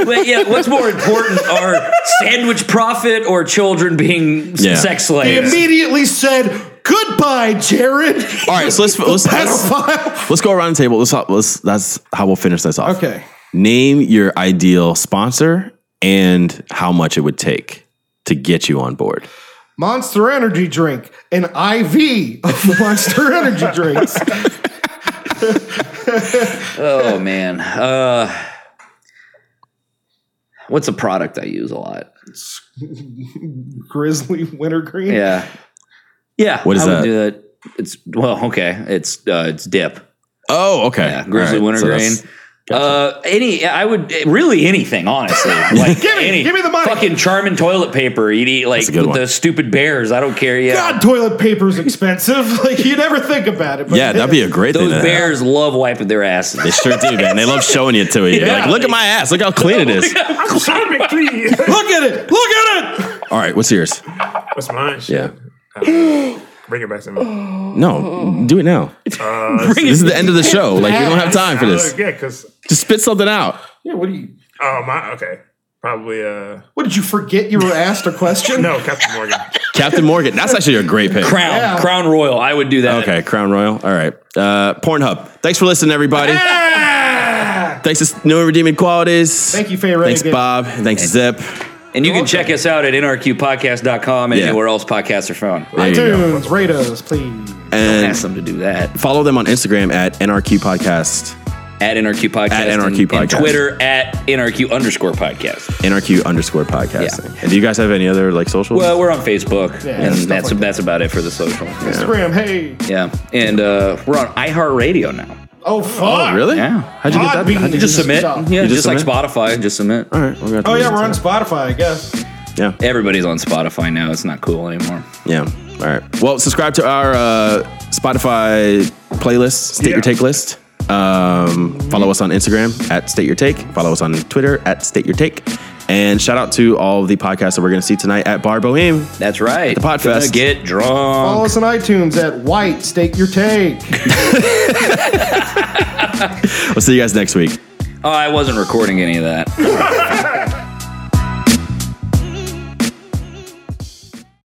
but yeah, what's more important are sandwich profit or children being s- Yeah. sex They slaves? immediately said, goodbye, Jared. All right, so let's let's let's, Pedophile. let's go around the table. Let's, let's that's how we'll finish this off. Okay. Name your ideal sponsor and how much it would take to get you on board. Monster Energy Drink, an IV of Monster Energy Drinks. Oh man, uh, what's a product I use a lot? Grizzly Wintergreen. Yeah, yeah. What is I that? Would do that? It's well, okay. It's uh, it's dip. Oh, okay. Yeah, grizzly All right, so wintergreen. that's- Uh, any, I would really anything, honestly. Like Give me- any give me the money. Fucking Charmin toilet paper. You'd eat like a good one. the stupid bears. I don't care. Yeah, God, toilet paper's expensive. Like you never think about it. But yeah, that'd be a great those thing. to have. bears love wiping their asses. They sure do, man. They love showing it to you. Like, look at my ass. Look how clean it is. I'm sorry, McCree. look at it. Look at it. All right, what's yours? What's mine? Um, Yeah. Bring it back to me. No, do it now. Uh, This is the end of the show. Like, we don't have time for this. Uh, Yeah, because Just spit something out. Yeah, what do you? oh my okay, probably uh What did you forget? You were asked a question. no Captain Morgan. Captain Morgan. That's actually a great pick. Crown, Yeah. Crown Royal. I would do that. Okay, Crown Royal. All right. Uh, Pornhub. Thanks for listening, everybody. Thanks to No Redeeming Qualities. Thank you, Faye Reagan. Thanks, Bob. Thanks, Zip. And you can check us out at nrqpodcast.com and Yeah. anywhere else podcasts are found. There you go. iTunes, rate us, please. Ask them And to do that follow them on Instagram at NRQ Podcast, at NRQ Podcast. At and- NRQ And Podcast. Twitter at NRQ underscore podcast. NRQ underscore podcast. And do you guys have any other like socials? Well, we're on Facebook. and stuff that's, like that's about it for the social. Yeah. Instagram, hey. Yeah. And uh, we're on iHeartRadio now. Oh fuck! Oh, really? Yeah. How'd you get that? Podbean. How'd you Just Just submit. stop. Yeah, You just, just like submit? Spotify, just submit. All right. Oh yeah, we're on Spotify, I guess. Yeah. Everybody's on Spotify now. It's not cool anymore. Yeah. All right. Well, subscribe to our uh, Spotify playlist, State Yeah. Your Take list. Um, follow us on Instagram at State Your Take. Follow us on Twitter at State Your Take. And shout out to all the podcasts that we're going to see tonight at Bar Boheme. That's right. The Podfest. Gonna Get drunk. Follow us on iTunes at White Stake Your Take. We'll see you guys next week. Oh, I wasn't recording any of that.